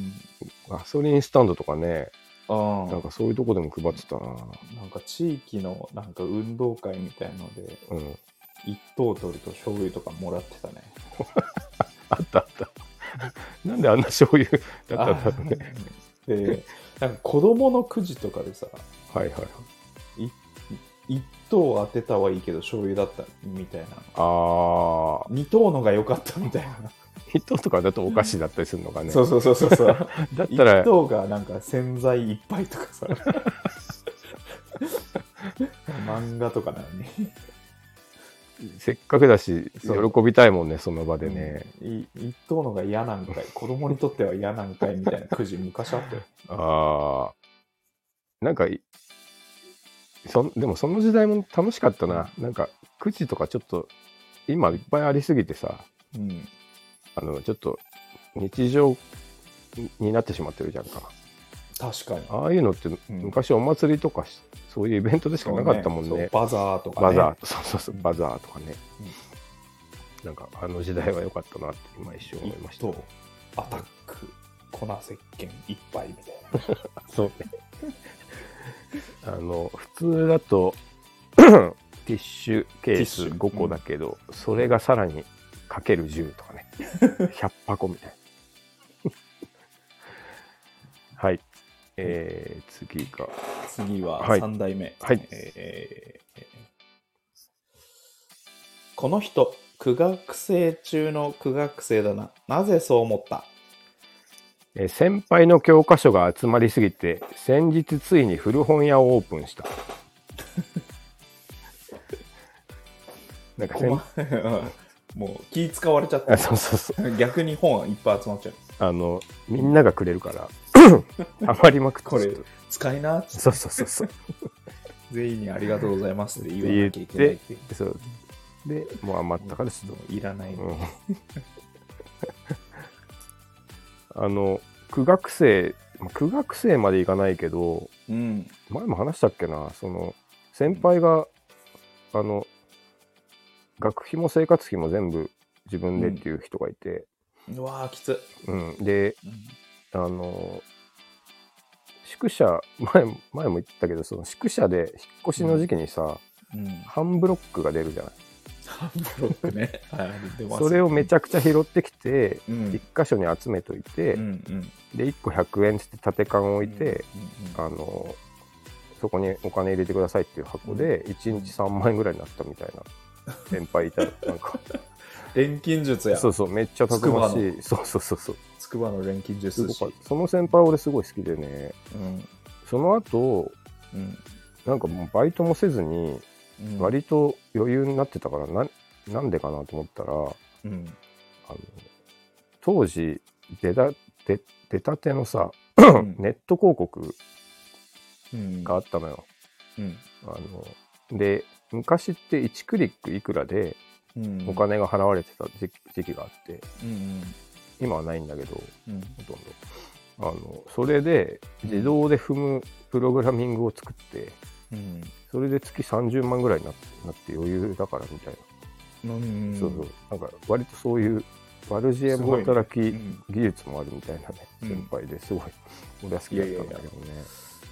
ガソリンスタンドとかねうん、あなんかそういうとこでも配ってたななんか地域のなんか運動会みたいので、うん一等取ると醤油とかもらってたね。あったあった。なんであんな醤油だったんだろうね。あーで、なんか子供のくじとかでさ、はいはい。一等当てたはいいけど醤油だったみたいな。ああ、二等のが良かったみたいな。一等とかだとお菓子だったりするのかね。そうそうそうそうそう。 だっ一たら、等がなんか洗剤いっぱいとか さ。漫画とかなのに。せっかくだし、喜そうびたいもんね、その場でね。い一等のが嫌なん かい、子供にとっては嫌なんかいみたいなくじ昔あったよ。ああ、なんかい、そんでもその時代も楽しかったな。なんか、くじとかちょっと、今いっぱいありすぎてさ、うん。あの、ちょっと、日常になってしまってるじゃんか。確かに。ああいうのって、昔お祭りとかし、そういうイベントでしかなかったもんそうねそう。バザーとかね。バザー、そうそうそう、バザーとかねうん。なんか、あの時代は良かったなって今一瞬思いまし一た。等、アタック、粉石鹸一杯みたいな。 そうね。あの、普通だと、 ティッシュケースティッシュ5個だけど、それがさらにかける10とかね。100箱みたいな。 はい。えー、次が、次ははい3代目。はいえーこの人、苦学生中の苦学生だな。なぜそう思ったえー先輩の教科書が集まりすぎて、先日ついに古本屋をオープン した。なんか先困 もう気使われちゃっ あた。そうそうそう逆に本いっぱい集まっちゃう。あのみんながくれる から 余りまくってこれちょっと使いなっつってそうそうそうそう全員にありがとうございますって言わなきゃいけないっていう。そうでもう余ったからちょっもういらない。と、うん、 あの苦学生まあ苦学生までいかないけどうん。前も話したっけなその先輩があの学費も生活費も全部自分でっていう人がいて、うわー、きつ。うんでうんあの宿舎前も前も言ったけどその宿舎で引っ越しの時期にさ、うん。ハンブロックが出るじゃないハンブロックね。はい、出ます。それをめゃ、ちゃくちゃ拾ってきて、うん、一箇所に集めといて、うんうん。で1個100円って立て缶を置いて、うんうんあのそこにお金入れてくださいっていう箱で、1日3万円ぐらいになったみたい な先輩いたら、なんか、錬金術やそうそう、めっちゃたくましい。そうそうそうそう。筑波の錬金術すご師かったその先輩俺すごい好きでね、うんその後、うんなんかもうバイトもせずに、うん割と余裕になってたから、ななんでかなと思ったら、うんあの当時出た出出たてのさ、んネット広告うんがあったのよ。うんあので昔って1クリックいくらでうんお金が払われてた時時期があってうん今はないんだけどほうんうんとんどあのそれで自動で踏むプログラミングを作ってうんそれで月30万ぐらいにななって余裕だからみたいうんな、そうそうなんか割とそういう悪知恵も働き、うん技術もあるみたいなねうん先輩ですごい俺は好きだったんだけどね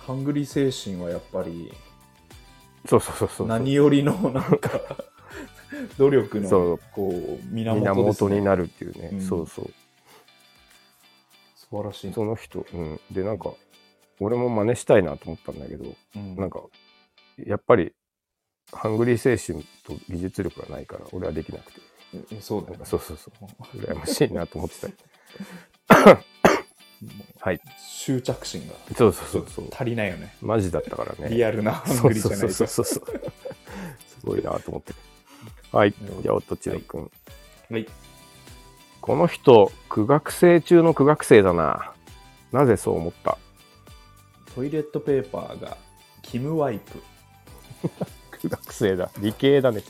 ハングリー精神はやっぱりそうそうそうそう何よりのなんか努力そのうこう源です、源ね、になるっていうね、うんそうそう素晴らしい、その人、うん、でなんか俺も真似したいなと思ったんだけどうんなんかやっぱりハングリー精神と技術力がないから俺はできなくてえそうだなんよねかそうそうそう羨ましいなと思って たはい執着心がそうそうそうそう足りないよねマジだったからねリアルなハンそグうリーじそゃうないそうですそうかそうそうすごいなと思ってはいじゃあおとちろくんはいこの人、苦学生中の苦学生だな。なぜそう思ったトイレットペーパーがキムワイプ苦学生だ。理系だね。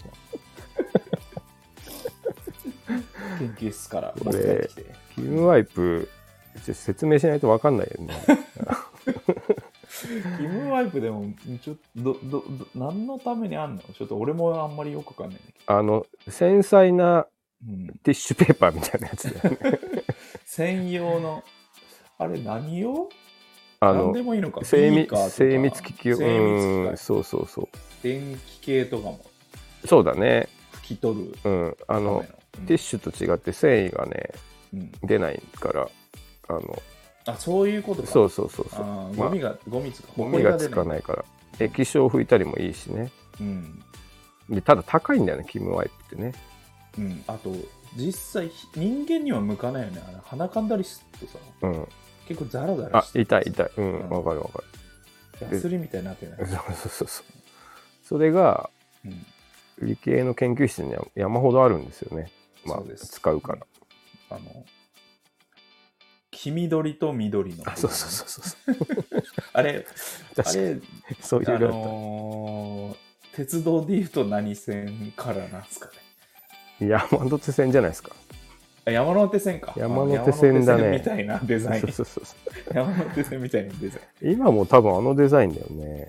研究室から持って帰ってきてキムワイプ、ちょ説明しないと分かんないよね。キムワイプでもちょっとどどど何のためにあんのちょっと俺もあんまりよくわかんないんだけあの、繊細など、うん、ティッシュペーパーみたいなやつだよね。専用のあれ何用あ何ので、もいいのか精ビー密カーとか精密機器を、精密う機ん、器そうそうそう。電気系とかもそうだね。拭き取るうん。あためのの、うんティッシュと違って繊維がね、うん出ないから、あの、あそういうことかそううそうそうそう。まあゴミがゴミつかゴミがつかいないから、液晶を拭いたりもいいしね。うんでただ高いんだよね、キムワイプってね。うんあと実際ひ人間には向かないよねあの鼻かんだりするとさうん。結構ザラザラあし、て痛い痛い。うんうん、わ、かる わかヤスリみたいになってないる。そうそうそうそう。それが、うん理系の研究室には山ほどあるんですよね。まあそう、です使うから。あの黄緑と緑のあ、そうそうそうそう。あれあ確かれに。そういあうのあっのー鉄道で言うと何線からなんですかねた。山手線じゃないですか。あ山手線か山手線だねあの山手線みたいなデそザイうンそうそうそ山手線みたいなデザイン う。今も多分あのデザインだよね。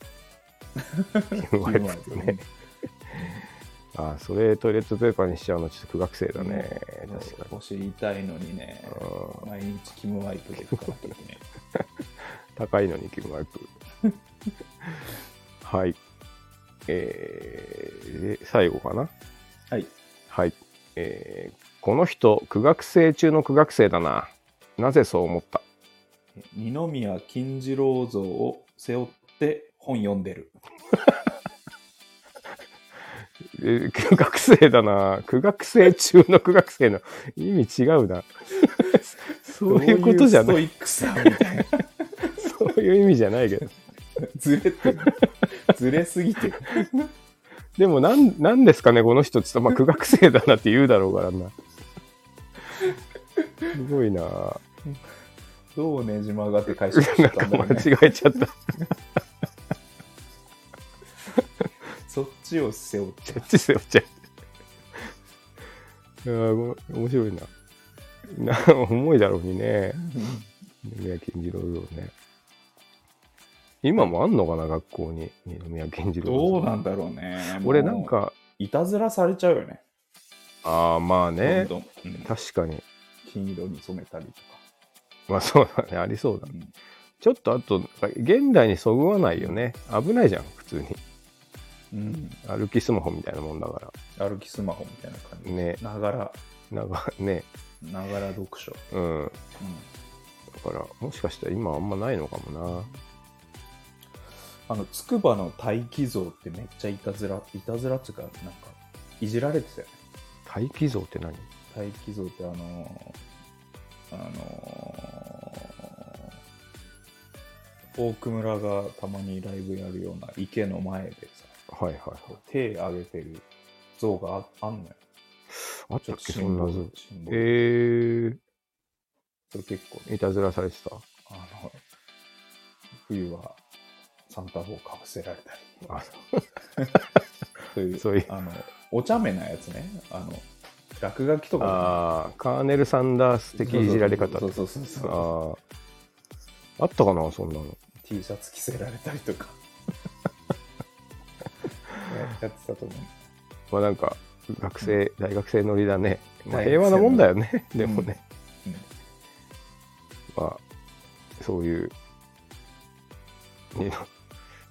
キムワイプってね。あ、それトイレットペーパーにしちゃうのちょっと苦学生だね。確かに。お尻痛いのにねうん毎日キムワイプで拭かなきゃいけない高いのにキムワイプ はいえーで最後かなはいはいえーこの人苦学生中の苦学生だななぜそう思った 二宮金次郎像を背負って本読んでるえー苦学生だな苦学生中の苦学生の意味違うな そういうことじゃなどいういうストイックさみたいな そういう意味じゃないけどずれ てるずれすぎてるでもなんなんですかねこの人って言ったら、まあ、苦学生だなって言うだろうからなすごいなあどうねじ曲がって返してなまんしかたんだろうね間違えちゃった。そっちを背負ってどっち背負っちゃ う。いやーごめん面白いな。な重いだろうにね。二宮金次郎像ね。今もあんのかな、学校に。二宮金次郎像。どうなんだろうね俺なんもか、ういたずらされちゃうよねああ、まあね。どんどん、うん確かに。金色に染めたりとか、まあそうだね。ありそうだ。うんちょっとあと、現代にそぐわないよね。危ないじゃん、普通に。うん歩きスマホみたいなもんだか歩きスマホみたいな感ら。じね。ながらなんかね。ながら読書、うん。うんだから、もしかしたら今あんまないのかもな。あの、つくばの待機像ってめっちゃいたずら、いたずらっていうか、なんか、いじられてたよね。待機像って何待機像ってあのー、あのー、大久村がたまにライブやるような池の前でさ、はいはいはい。手上げてる像がああんのよ。あったっけ、しそんんどない像。しんどいえそれ結構ねー、いたずらされてた。あの、冬はサンタ帽かぶせられたり、あ、そういう、そういうあの、お茶目なやつね、あの、落書きとかあーカーネル・サンダースで、的いじられ方。そうそうそうそうそうああ。あったかな、そんなの。 T シャツ着せられたりと か。やってたと思う。まあなんか、学生、大学生乗りだね。まあ、大学生平和なもんだよね、りでもね。うんまあ、そういう、に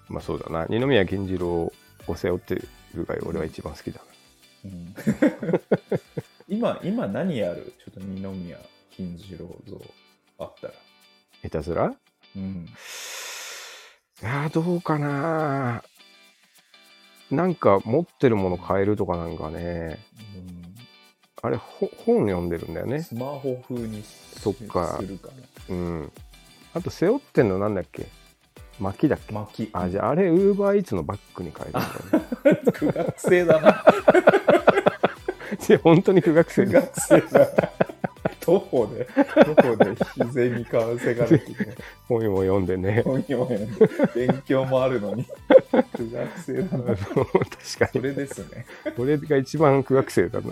まあそうだな、二宮銀次郎を背負ってるが俺は一番好きだな。うん 今、今何やるちょっと二宮金次郎像あったら。いたずらうん。いやーどうかななんか持ってるもの変えるとかなんかね、あれ、ほ本読んでるんだようんね。スマホ風にすそっかするかね。うん。あと、背負ってんのなんだっけ薪だっけ巻き。あ、じゃああれ、ウーバーイーツのバッグに変えるんだよね。苦学生だ な。いや本当に苦学生苦で学生だな。徒歩で、徒歩で膝にかわせがれて ね、本を読んでね。本読めない勉強もあるのに、苦学生だな。確そかに。れですね。俺が一番苦学生だな。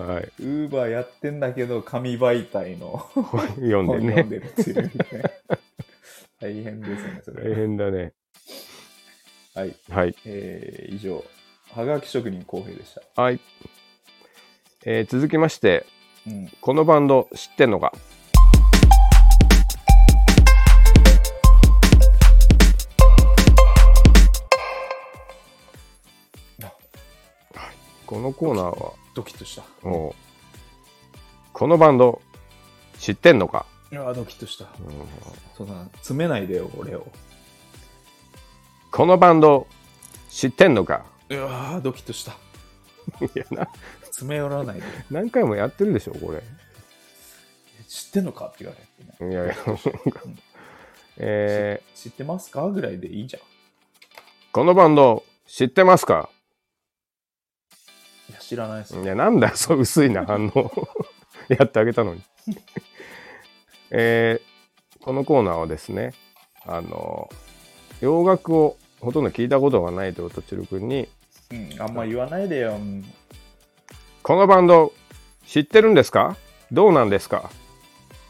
はい。ウーバーやってんだけど、紙媒体の本読ん本で読んね。でるっていうね。大変ですね、そ大れ。変だね。はい。はい。えー、以上、はがき職人公平でした。はい。えー続きまして、うん。このバンド知ってんのかあこのコーナーは、ドキッとした。もう、このバンド知ってんのか、いやードキッとした。うんそうだな、詰めないでよ、俺を。このバンド知ってんのかうわードキッとした。いやな、詰め寄らないで。何回もやってるでしょ、これ。え知ってんのかって言われてね。いやいや、うんえ知ってますかぐらいでいいじゃん。ーこのバンド知ってますかいや、知らないです。いや、なんだよ、そう薄いな、反応。 やってあげたのに。 えーこのコーナーはですね、あの、洋楽をほとんど聞いたことがないというとちるくんに、うん、あんま言わないでよ。うんこのバンド知ってるんですかどうなんですか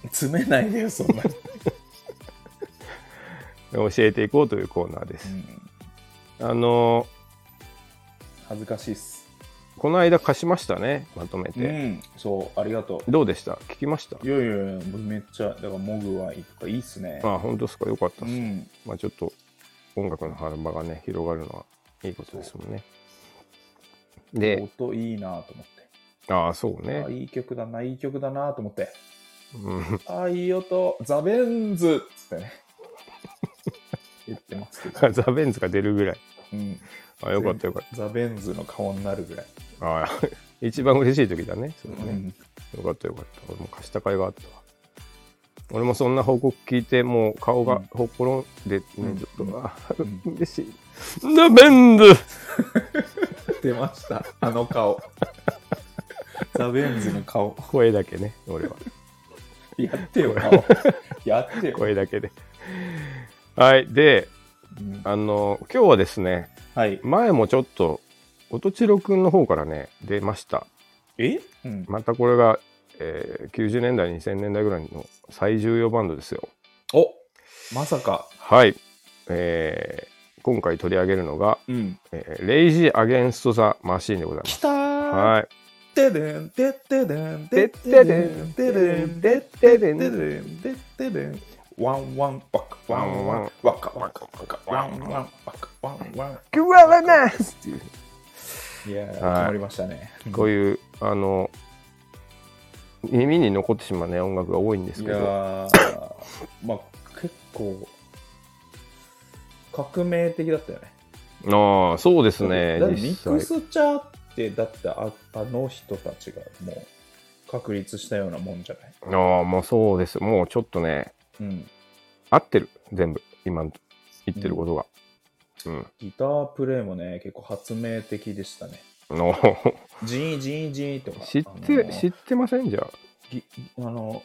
詰めないでよ、そんな。教えていこうというコーナーでうす。ん、あの、恥ずかしいっす。この間貸しましたね、まとめうて。ん、そう、ありがとどうでした聞きましたう。いやいやいや、めっちゃ、だから、モグはいいとか、いいっすね。あ、本当ですかよかったうです。ん、まあちょっと音楽の幅がね、広がるのはいいことですもんね。で、音いいなと思って。ああ、そうあね。いい曲だな、いい曲だなと思って。うん あいい音、ザベンズっつって ね。言ってますけど。ザ・ベンズが出るぐらい。うん、あよかったよかっザベンズの顔になるぐらい。た。あ あ一番嬉しい時だね。そうれんねよかったよかった。俺も貸した甲斐があったわ。俺もそんな報告聞いて、もう顔うがんほころんでね、うんちょっと、ああうん嬉しい。ザ・ベンズ出ましたあの 顔ザ・ベンズの顔声だけね、 俺は。やってよ顔やってよ、声だけで。はい。で、うんあの、今日はですね、はい前もちょっと、音千代くんの方からね、出ました。え、うん、またこれが、えー90年代、2000年代ぐらいの最重要バンドですよ。おまさかはい。えー今回取り上げるのが、うんえーレイジー・アゲンスト・ザ・マシーンでございまきす。たーいはい。てでんてってでんててっっててででんんてでんてってでんてでんてってでんワンワンワカワンワンワカワカワカワンワンワカワンワンクワワナスっていう。いやー決はいまりましたねこういう、あの、耳に残ってしまうね、音楽が多いんですいけやど。ー、まあ結構、革命的だったよね。ああ、そうですねだっ、てミ実ク際。スチャーって、だってああの人たちがもう確立したようなもんじゃない。ああ、もうそうです。もうちょっとね、うん。合ってる、全部、今の言ってることが。うん。ギタープレイもね、結構発明的でしたね。のジーンジーンジーンとか。知っあのて、ー知ってませんじゃあ。ギあの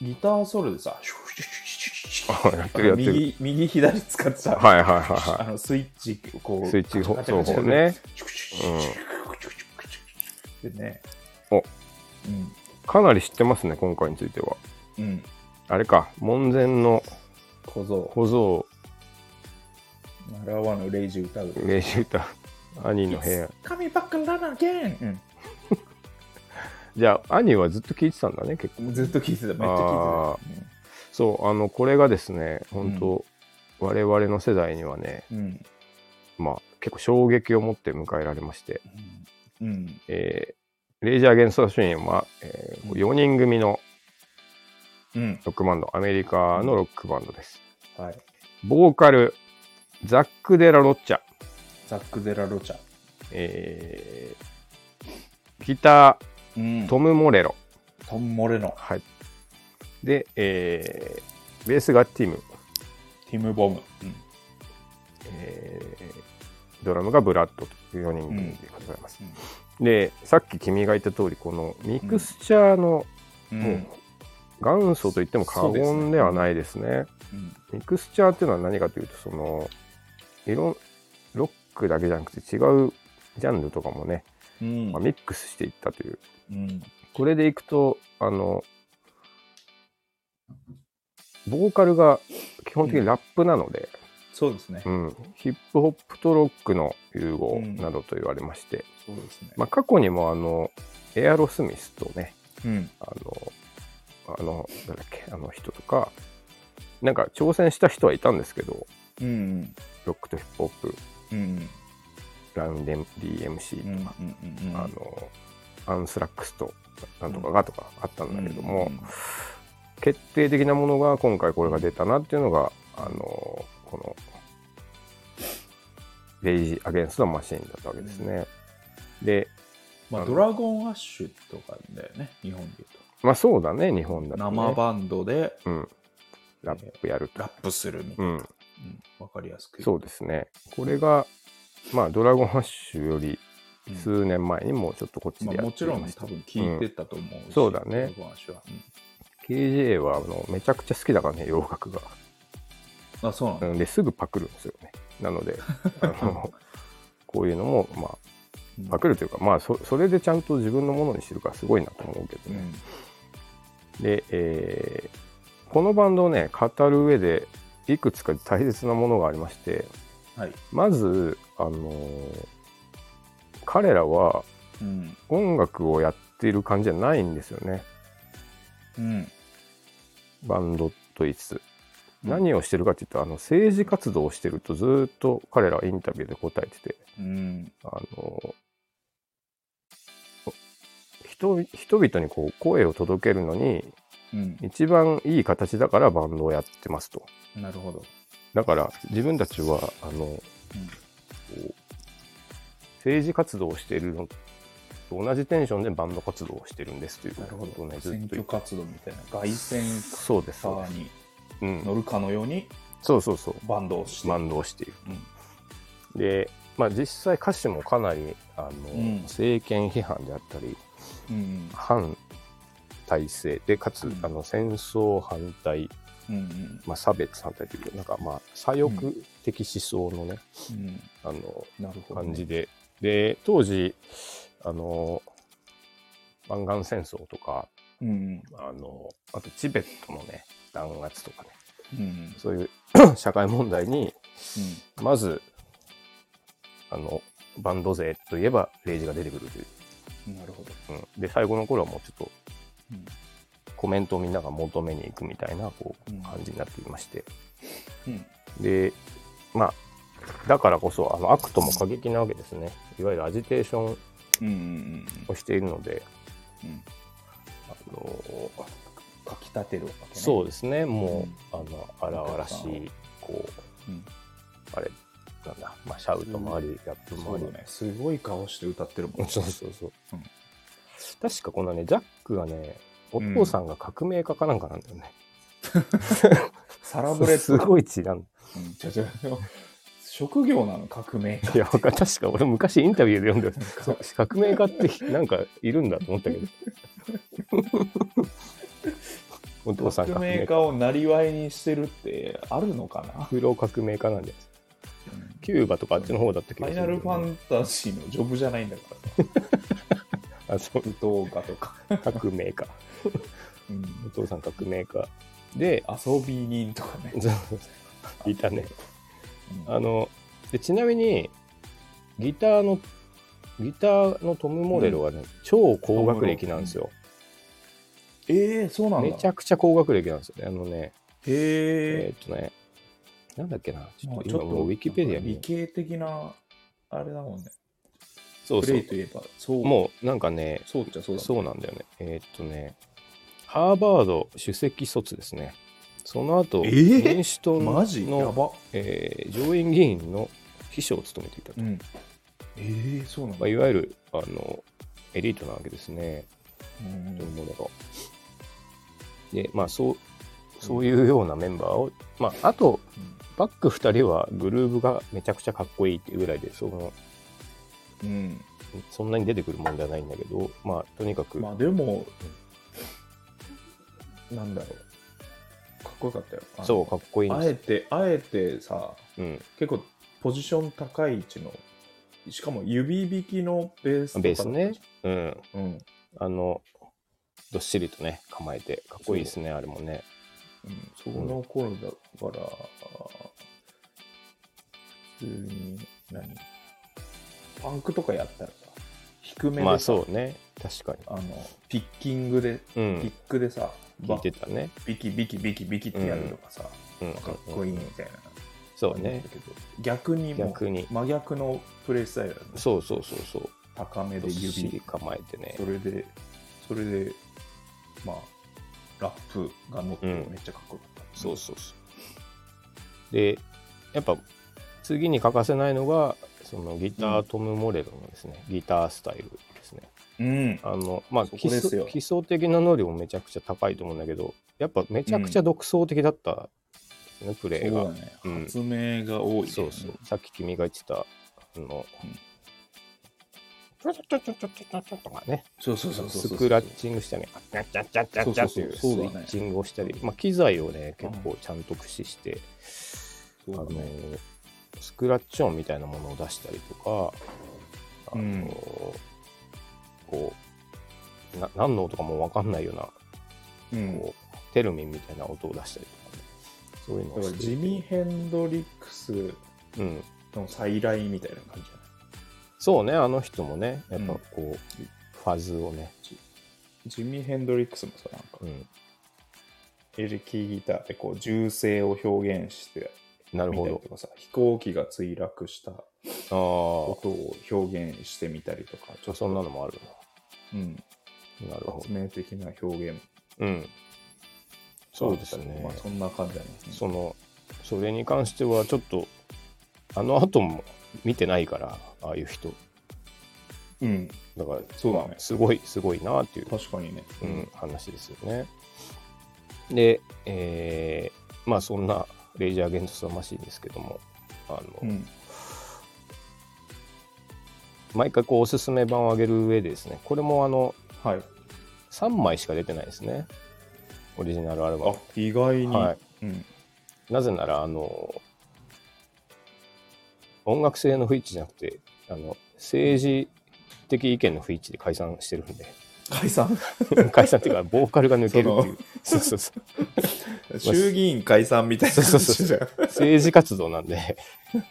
ギターソロでさ、シュッシュッシュッシュッシュッあやってるやってる右右左使ってさ、はいはいはいはあのスイッチこう、い。スイッカチチャ方カチャ法ね。シュッシュッシュッシュッシュッシュッシュッシュッシュッシュッシュッシュッシュッシュッシュッシュッってね。おうん。かなり知ってますね、今回については。うん。あれか、門前の小僧、小僧、習わぬレイジ歌う。名刺歌、兄の部屋。神バックラナーゲン、じゃあ、兄はずっと聞いてたんだね、結構。うん、ずっと聴いてた、めっちゃ聴いてそう、あの、これがですね、本当、我々の世代にはね、た。うん。まあ、結構衝撃を持って迎えられまして、うん。うん。えーレイジャー・ゲンスト・シーンは、えうん4人組のうん。ロックバンド、アメリカのロックバンドです。はい。ボーカル、ザック・デラ・ロッチャ、ザック・デラ・ロチャ。えーギタうんー、トム・モレロ、トム・モレノ、はい。で、えーベースがティム、ティム・ボム。うんえードラムがブラッドという4人組でございます。うんで、さっき君が言った通り、このミクスチャーの、うんもう元祖といっても過言ではないですね。うんミクスチャーっていうのは何かというと、その、いろん、ロックだけじゃなくて違うジャンルとかもね、うんまあミックスしていったという。うんこれでいくと、あの、ボーカルが基本的にラップなので、そうですねう。んヒップホップとロックの融う合んなどと言われまして、そうですね。まあ、過去にもあのエアロスミスとねうん。あのあのなんだっけあの人とかなんか挑戦した人はいたんですけどうん。ロックとヒップホップうん。ラウンデンう DMC んとか、。うんあ、のアンスラックスとなんとかがとかあったんだけども、決定的なものが今回これが出たなっていうのがあのこの「レイジ・アゲンスト・マシーン」だったわけですね。でまああ、のドラゴンアッシュとかだよね、日本で言うまあそうだね日本だと。と、ね、生バンドでうん、ラップやると、ラップするみたういな。ん、うんわかりやすく言そうですねこれがまあ「ドラゴンハッシュ」よりうん数年前にもうちょっとこっちまであやもってちいろんまねした、多分聞いてたと思うし。そうだねドラゴンアッシュは。 KJ はあのめちゃくちゃ好きだからね洋楽がうんあ、そうなんなだ。のですぐパクるんですよねなのであ のこういうのもまあうんパクるというかまあそそれでちゃんと自分のものにしてるからすごいなと思うけどうね、んで、えーこのバンドをね語る上でいくつか大切なものがありましてはい。まず、あのー彼らはうん。音楽をやっている感じじゃないんですよねうん。バンドと言いつつ何をしてるかっていうとあの政治活動をしてるとずっと彼らはインタビューで答えてて、うん。あの人人々にこう声を届けるのにうん。一番いい形だからバンドをやってますとなるほど。だから自分たちはあの、こう政治活動をしているのと同じテンションでバンド活動をしてるんですというなるほことをねど。ずっ選と言挙っ活動みたいな。凱旋そうですそカうでーす、にうん、乗るかのようにそうそうそうバンドをして。バンドをしている、で、まあ、実際歌詞もかなりあの、うん政権批判であったりうん反体制でかつ、うんあの戦争反対、うんうんまあ、差別反対というかなんかまあ左翼的思想のね、うんあのなるほどね感じで、で当時あの湾岸戦争とかうんあのあとチベットのね弾圧とかねうんそういう 社会問題にまずあのバンド勢といえばレイジが出てくるという、うんなるほどうん、で最後の頃はもうちょっとうんコメントをみんなが求めに行くみたいなこうんう感じになっていまして、うんでまあだからこそあのアクトも過激なわけですねいわゆるアジテーションうんうんをしているので、うんのかきたてるわけね。そうう。ですね、もう、あの、荒々しい、こう、あれ、なんだ、まあ、シャウトもあり、ラップもそあうり、だね。すごい顔して歌ってるもん。そうそうそう。うん確かこのね、ジャックがね、お父さんが革命家かなんかなんだよね。サラブレッ すド。ごい血なんうんちょちょちょ職業なの革命家いや、わか確か俺昔インタビューで読んだよ。革命家ってなんかいるんだと思ったけど。お父さん革革命命家。家をなりわいにしてるってあるのかな、風呂革命家なんです。うんキューバとかあっちの方だったフ気がァすイるナんだよね、ルファンタジーのジョブじゃないんだからさあ、そう、舞踏家とか、革命家。うんお父さん革命家。で、遊び人とかね。いたね。うんあのでちなみにギターのギターのトム・モレロはね、超高学歴なんですよ、ええそうなんだ。めちゃくちゃ高学歴なんですよねあのねへええーっとねなんだっけなちょっとちょっ今ともうウィキペディア理に系的な、あれだもんね。そうプそレイうといえば、そう。もうなんかねそうっちゃそうだそうなんだよねえーっとねハーバード首席卒ですねその後、えー民主党もん。マジやの、ば。えー上院議員の秘書を務めていたと、うん。ええそうなんまだ。あ、いわゆるあのエリートなわけですねうんというものが。で、まあそう、そういうようなメンバーを、まああと、バック2人はグルーブがめちゃくちゃかっこいいっていうぐらいで、そのうん。そんなに出てくるもんじゃないんだけど、まあとにかく、まあでも、なんだろう。かっこよかったよ。あのそう、かっこいいんあでえて、あえてさ、す。うん、結構ポジション高い位置の、しかも指弾きのベースとかベースね。うん。うん。あの、どっしりとね、構えて、かっこいいですね、あれもね。うん、その頃だから、普通に、何パンクとかやったらさ、低めでさ、まあそうね、確かに。あの、ピッキングで、うピッん、クでさ、聞バいてたね。ビキビキビキビキってやるとかさ、うん、かっこいいみたいな。そうね。逆にもう逆に真逆のプレイスタイルだねそうそうそうそう。高めどでっし指り構えてねそ。れでそれでまあラップが乗ってうんめっちゃかっこよかった、そうそうそう。で、やっぱ次に欠かせないのが、そのギター、うんトム・モレロのですね、ギタースタイルですね。うんあの、まあそこ基ですよ礎、基礎的な能力もめちゃくちゃ高いと思うんだけど、やっぱめちゃくちゃ独創的だったんですね、プレイそうがだ。ね、うん発明が多い、ねそうそう。さっき君が言ってた、あのうん、ちょちょちょちょちょちょとかね、そうそうそうそうスクラッチングしたり、あっちゃっちゃっちゃっちゃっていうスイそうそうそうそうだねッチングをしたり、まあ機材をね、結構ちゃんと駆使して、そうあだのねスクラッチ音みたいなものを出したりとか、あのうんこうな何の音かも分かんないような、うんこうテルミンみたいな音を出したりとか、ね、そういうのだをからしていてジミー・ヘンドリックスうん、の再来みたいな感じじゃないそうねあの人もねやっぱうんこう、ファズをね、ジミー・ヘンドリックスもさなんかうん、エレキギターでこう銃声を表現してなるみたほりどとかさ飛行機が墜落したあ音を表現してみたりとかちあょーっそと、んなのもあるうん、ななるほ発明的な表現ど、うん、そうですがあったりねまあ、そんな感じだねそのそれに関してはちょっとあの後も見てないからああいう人うんだからそうだねすごいすごいなっていう、確かにねうん話ですよね。で、えーまあそんなレイジャー・アゲント・ザ・マシンですけどもあの、うん毎回こうおすすめ版を上げる上でですねこれもあのはい3枚しか出てないですねオリジナルアルバあ意外に、ム。はい、うん、なぜならあの音楽性の不一致じゃなくてあの政治的意見の不一致で解散してるんで解散 解散っていうかボーカルが抜けるっていうそうそうそう衆議院解散みたいな感じじゃん政治活動なんで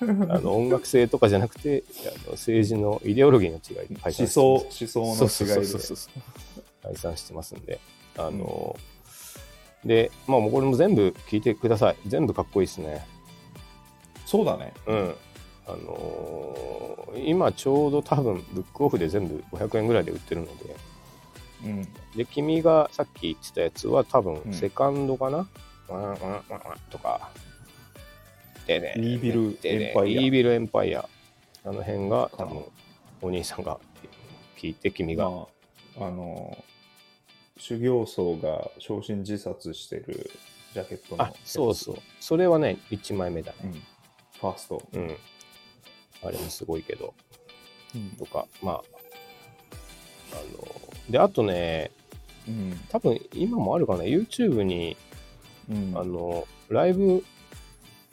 あの音楽性とかじゃなくてあの政治のイデオロギーの違いで解思散想思想そうそうのそ違ういそうそでう解散してますんであの、でまあもうこれも全部聞いてください全部かっこいいですねそうだねうんあのー今ちょうど多分ブックオフで全部500円ぐらいで売ってるのでうん。で、君がさっき言ってたやつは多分う、んセカンドかな、うん、うん、うん、うん、とか。でね。イービルでねエンパイアイービルエンパイア。あの辺が多分、お兄さんが聞いて、君が。まあ、あの、修行僧が昇進自殺してるジャケットの。あ、そうそう。それはね、1枚目だね。うん。ファースト。うん。あれもすごいけど。うんとか、まあ。あの、で、あとね、うん。多分今もあるかな、YouTube に、うん。あの、ライブ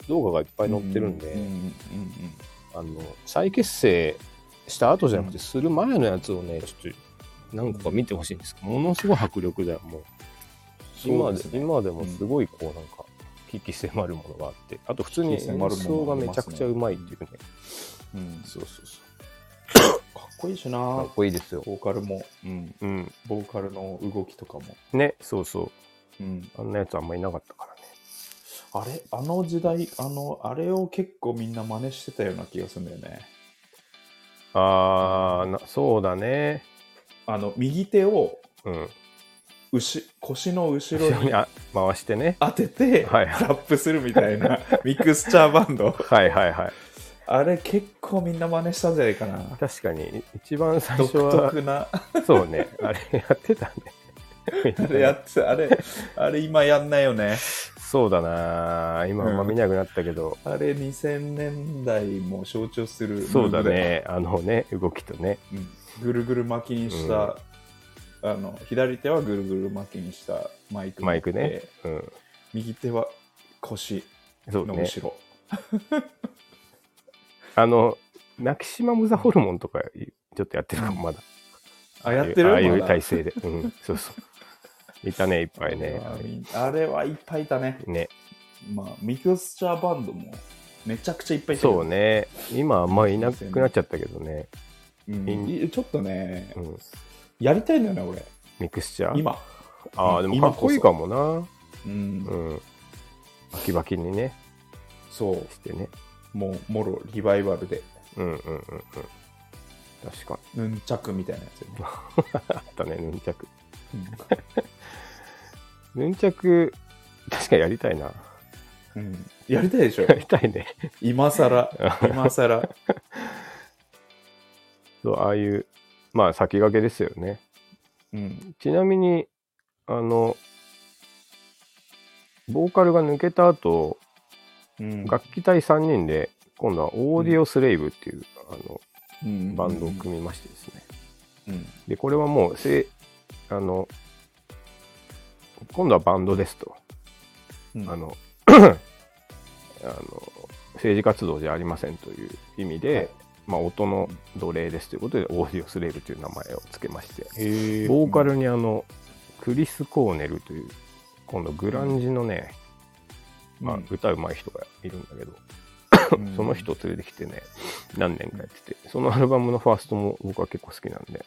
動画がいっぱい載ってるんで、うんうんうんあの再結成した後じゃなくてする前のやつをねちょっと何個か見てほしいんですけどものすごい迫力だよもうそ今うでですね今でもすごいこうなんか危機迫るものがあってあと普通に鬼気迫るも演の奏がめちゃくちゃうまいっていうねうんうん。そうそうそかっこいいしな、うかっこいいですよボーカルも、うん、うんボーカルの動きとかも、ねそうそうん、うあんなやつあんまいなかったからねあれあの時代あのあれを結構みんな真似してたような気がするんだよねあーなそうだねあの右手をうん牛腰の後ろ後ろ ににあ回してね当てて、はいラップするみたい なミクスチャーバンドはいはいはいあれ結構みんな真似したんじゃないかな確かに一番最独初は特なそうねあれやってたねみんな あねれやってあれあれ今やんないよねそうだなあ今あんま見なくなったけど、あれ2000年代も象徴するそうだねあのね動きとねうんぐるぐる巻きにした、あの左手はぐるぐる巻きにしたマイクマイクねうん右手は腰そうのね後ろ、あの泣き島ムザホルモンとかちょっとやってるかもまだあやってるああいまうだ体勢で、うんそうそういたねいっぱ いねあれはみあれはいっぱいいたね、ねまあ、ミクスチャーバンドもめちゃくちゃいっぱいいたけどそうね今あんまいなくなっちゃったけどね、うんいちょっとねうん、やりたいんだよね俺ミクスチャー今、ああでもかっこいいかもなうんうんバキバキにねそうしてねもうもろリバイバルでうんうんうんうん確かヌンチャクみたいなやつよね、に あったねヌンチャクうんヌンチャク、確かにやりたいな。 うんやりたいでしょやりたいね。今さ ら今さらそう、ああいう、まあ先駆けですよね。うんちなみに、あの、ボーカルが抜けた後、うん楽器隊3人で、今度はオーディオスレイブっていう、あのババンドを組みましてですね。うんで、これはもう、せあの、今度はバンドですと。うんあの あの政治活動じゃありませんという意味で、はいまあ、音の奴隷ですということでオーディオスレーブという名前を付けましてへえボーカルにあのクリス・コーネルという今度グランジのね、まあうん、歌うまい人がいるんだけど、その人を連れてきてね何年かやっててそのアルバムのファーストも僕は結構好きなんで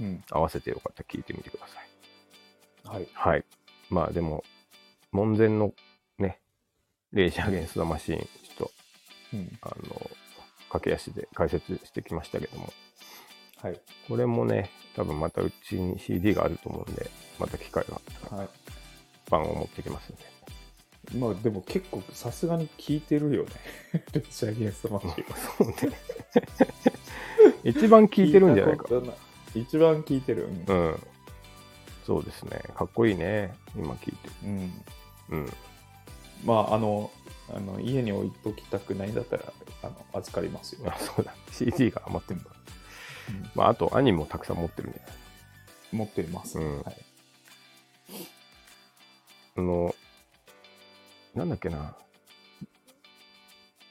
うん合わせてよかったら聴いてみてください。はいはい。まあでも、門前のね、レイジャーゲンストマシーン、ちょっと、うんあの、駆け足で解説してきましたけども、はいこれもね、多分またうちに CD があると思うんで、また機会があったら、はい版を持って きますんで。 まあでも結構さすがに聞いてるよね レジャーゲンストマシンそうね。一番聞いてるんじゃないか。聞たことい一番聞いてるうんうん。そうですね。かっこいいね。今聞いてる。うんうん。まああのあの家に置いときたくないんだったらあの預かりますよあ、そうだ。CD が余ってるんだうん。まあ、あと、兄もたくさん持ってるんじゃない持ってますうんはいあの、なんだっけな、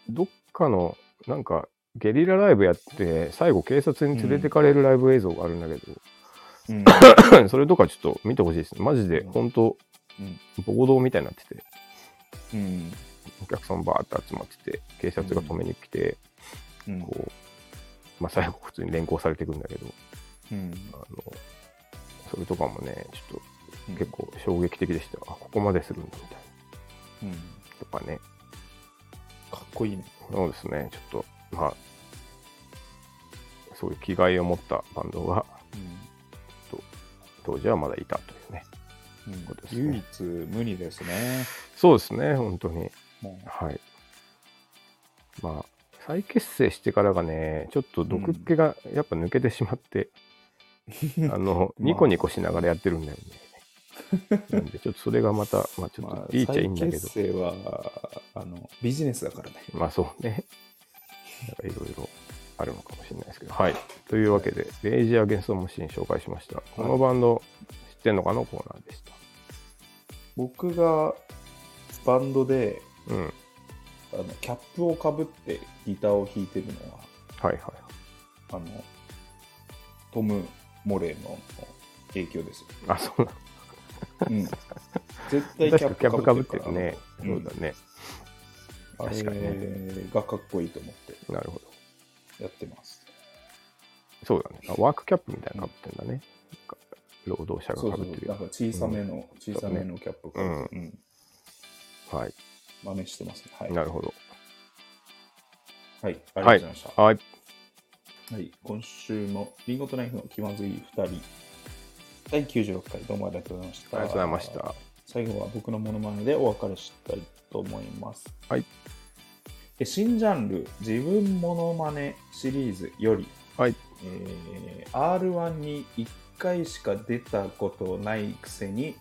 どっかの、なんか、ゲリラライブやって、最後警察に連れてかれるライブ映像があるんだけうん ど、それとかちょっと見てほしいですね。マジで、うん本当、うん暴動みたいになってて、うんお客さんバーって集まってて、警察が止めに来て、うんこう、まあ、最後普通に連行されていくんだけど、うんあの、それとかもね、ちょっと結構衝撃的でした。あ、ここまでするんだみたいうんな。とかね。かっこいいねそうですね、ちょっと、まあ、そういう気概を持ったバンドが、うん当時はまだいたというね。うんそうですね唯一無二ですね。そうですね、本当に。もはい。まあ、再結成してからがね、ちょっと毒っ気がやっぱ抜けてしま って、あの、まあニコニコしながらやってるんだよね。なんで、ちょっとそれがまた、まあちうょっまあといいっちゃいいんだけど。再結成はあのビジネスだからね。まあそうね。なんかいろいろあるのかもしれないですけど。はい。というわけで、レイジー・アゲンスト・マシン紹介しました。このバンド、知ってんのかのコーナーでした。僕がバンドでうん。はいあのキャップをかぶってギターを弾いてるのははい。あのトム・モレノの影響 ですよ。あ、そうなうん、絶対の。キ確ャかキッャッププかかぶぶっっててるかるらね。そんうだね。あれ確かにがかっこいいと思ってなるほど。やってます。そうだね。あワークキャップみたいなのかぶってんだね。なんか労働者そうがそうかぶってるなよん。か小さめの、小さめのキャップかぶって、うんはい。真似してますね。はい。なるほど。はい、ありがとうはごいざいました。。ははい。い、今週も見事ナイフの気まずい2人、第96回どうもありがとうございました。ありがとうございまし。た。最後は僕のモノマネでお別れしたいと思います。はいえ。新ジャンル、自分モノマネシリーズより、はい。えー R1 に1回しか出たことないくせに、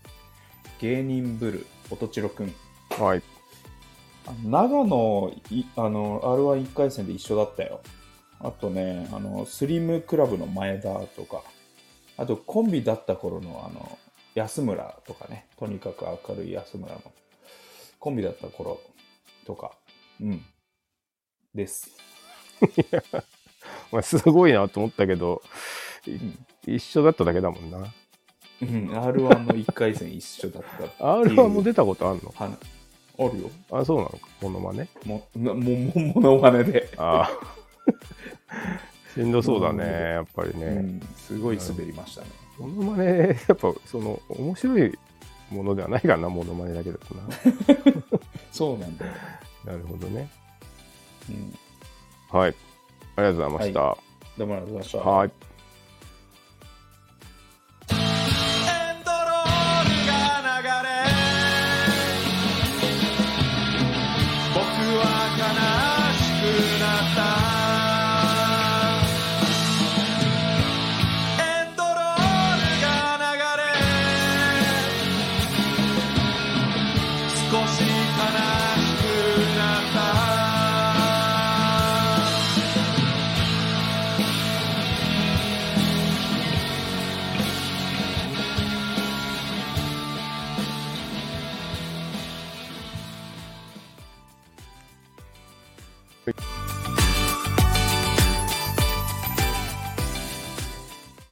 芸人ぶる、音千代くん。はい。あ長野い、あの、R11 回戦で一緒だったよ。あとね、あの、スリムクラブの前田とか、あとコンビだった頃の、あの、安村とかね、とにかく明るい安村の、コンビだった頃とか、うん、です。まあ、すごいなと思ったけど、いん一緒だっただけだもんな。うん、R1 の1回戦一緒だったっていう。 R1 も出たことあんのはなあるよ。あ、そうなのか。モノマネも、なも、も、ものまねで。ああ。 しんどそうだモね、ノマネやっぱりうね。ん、すごい滑りましたね。モノマネ、 やっぱ、その、面白いものではないかな、モノマネだけだ とな。そうなんだよ。なるほどね。うん。はい。ありがとうございました。どうもありがとうございました。はい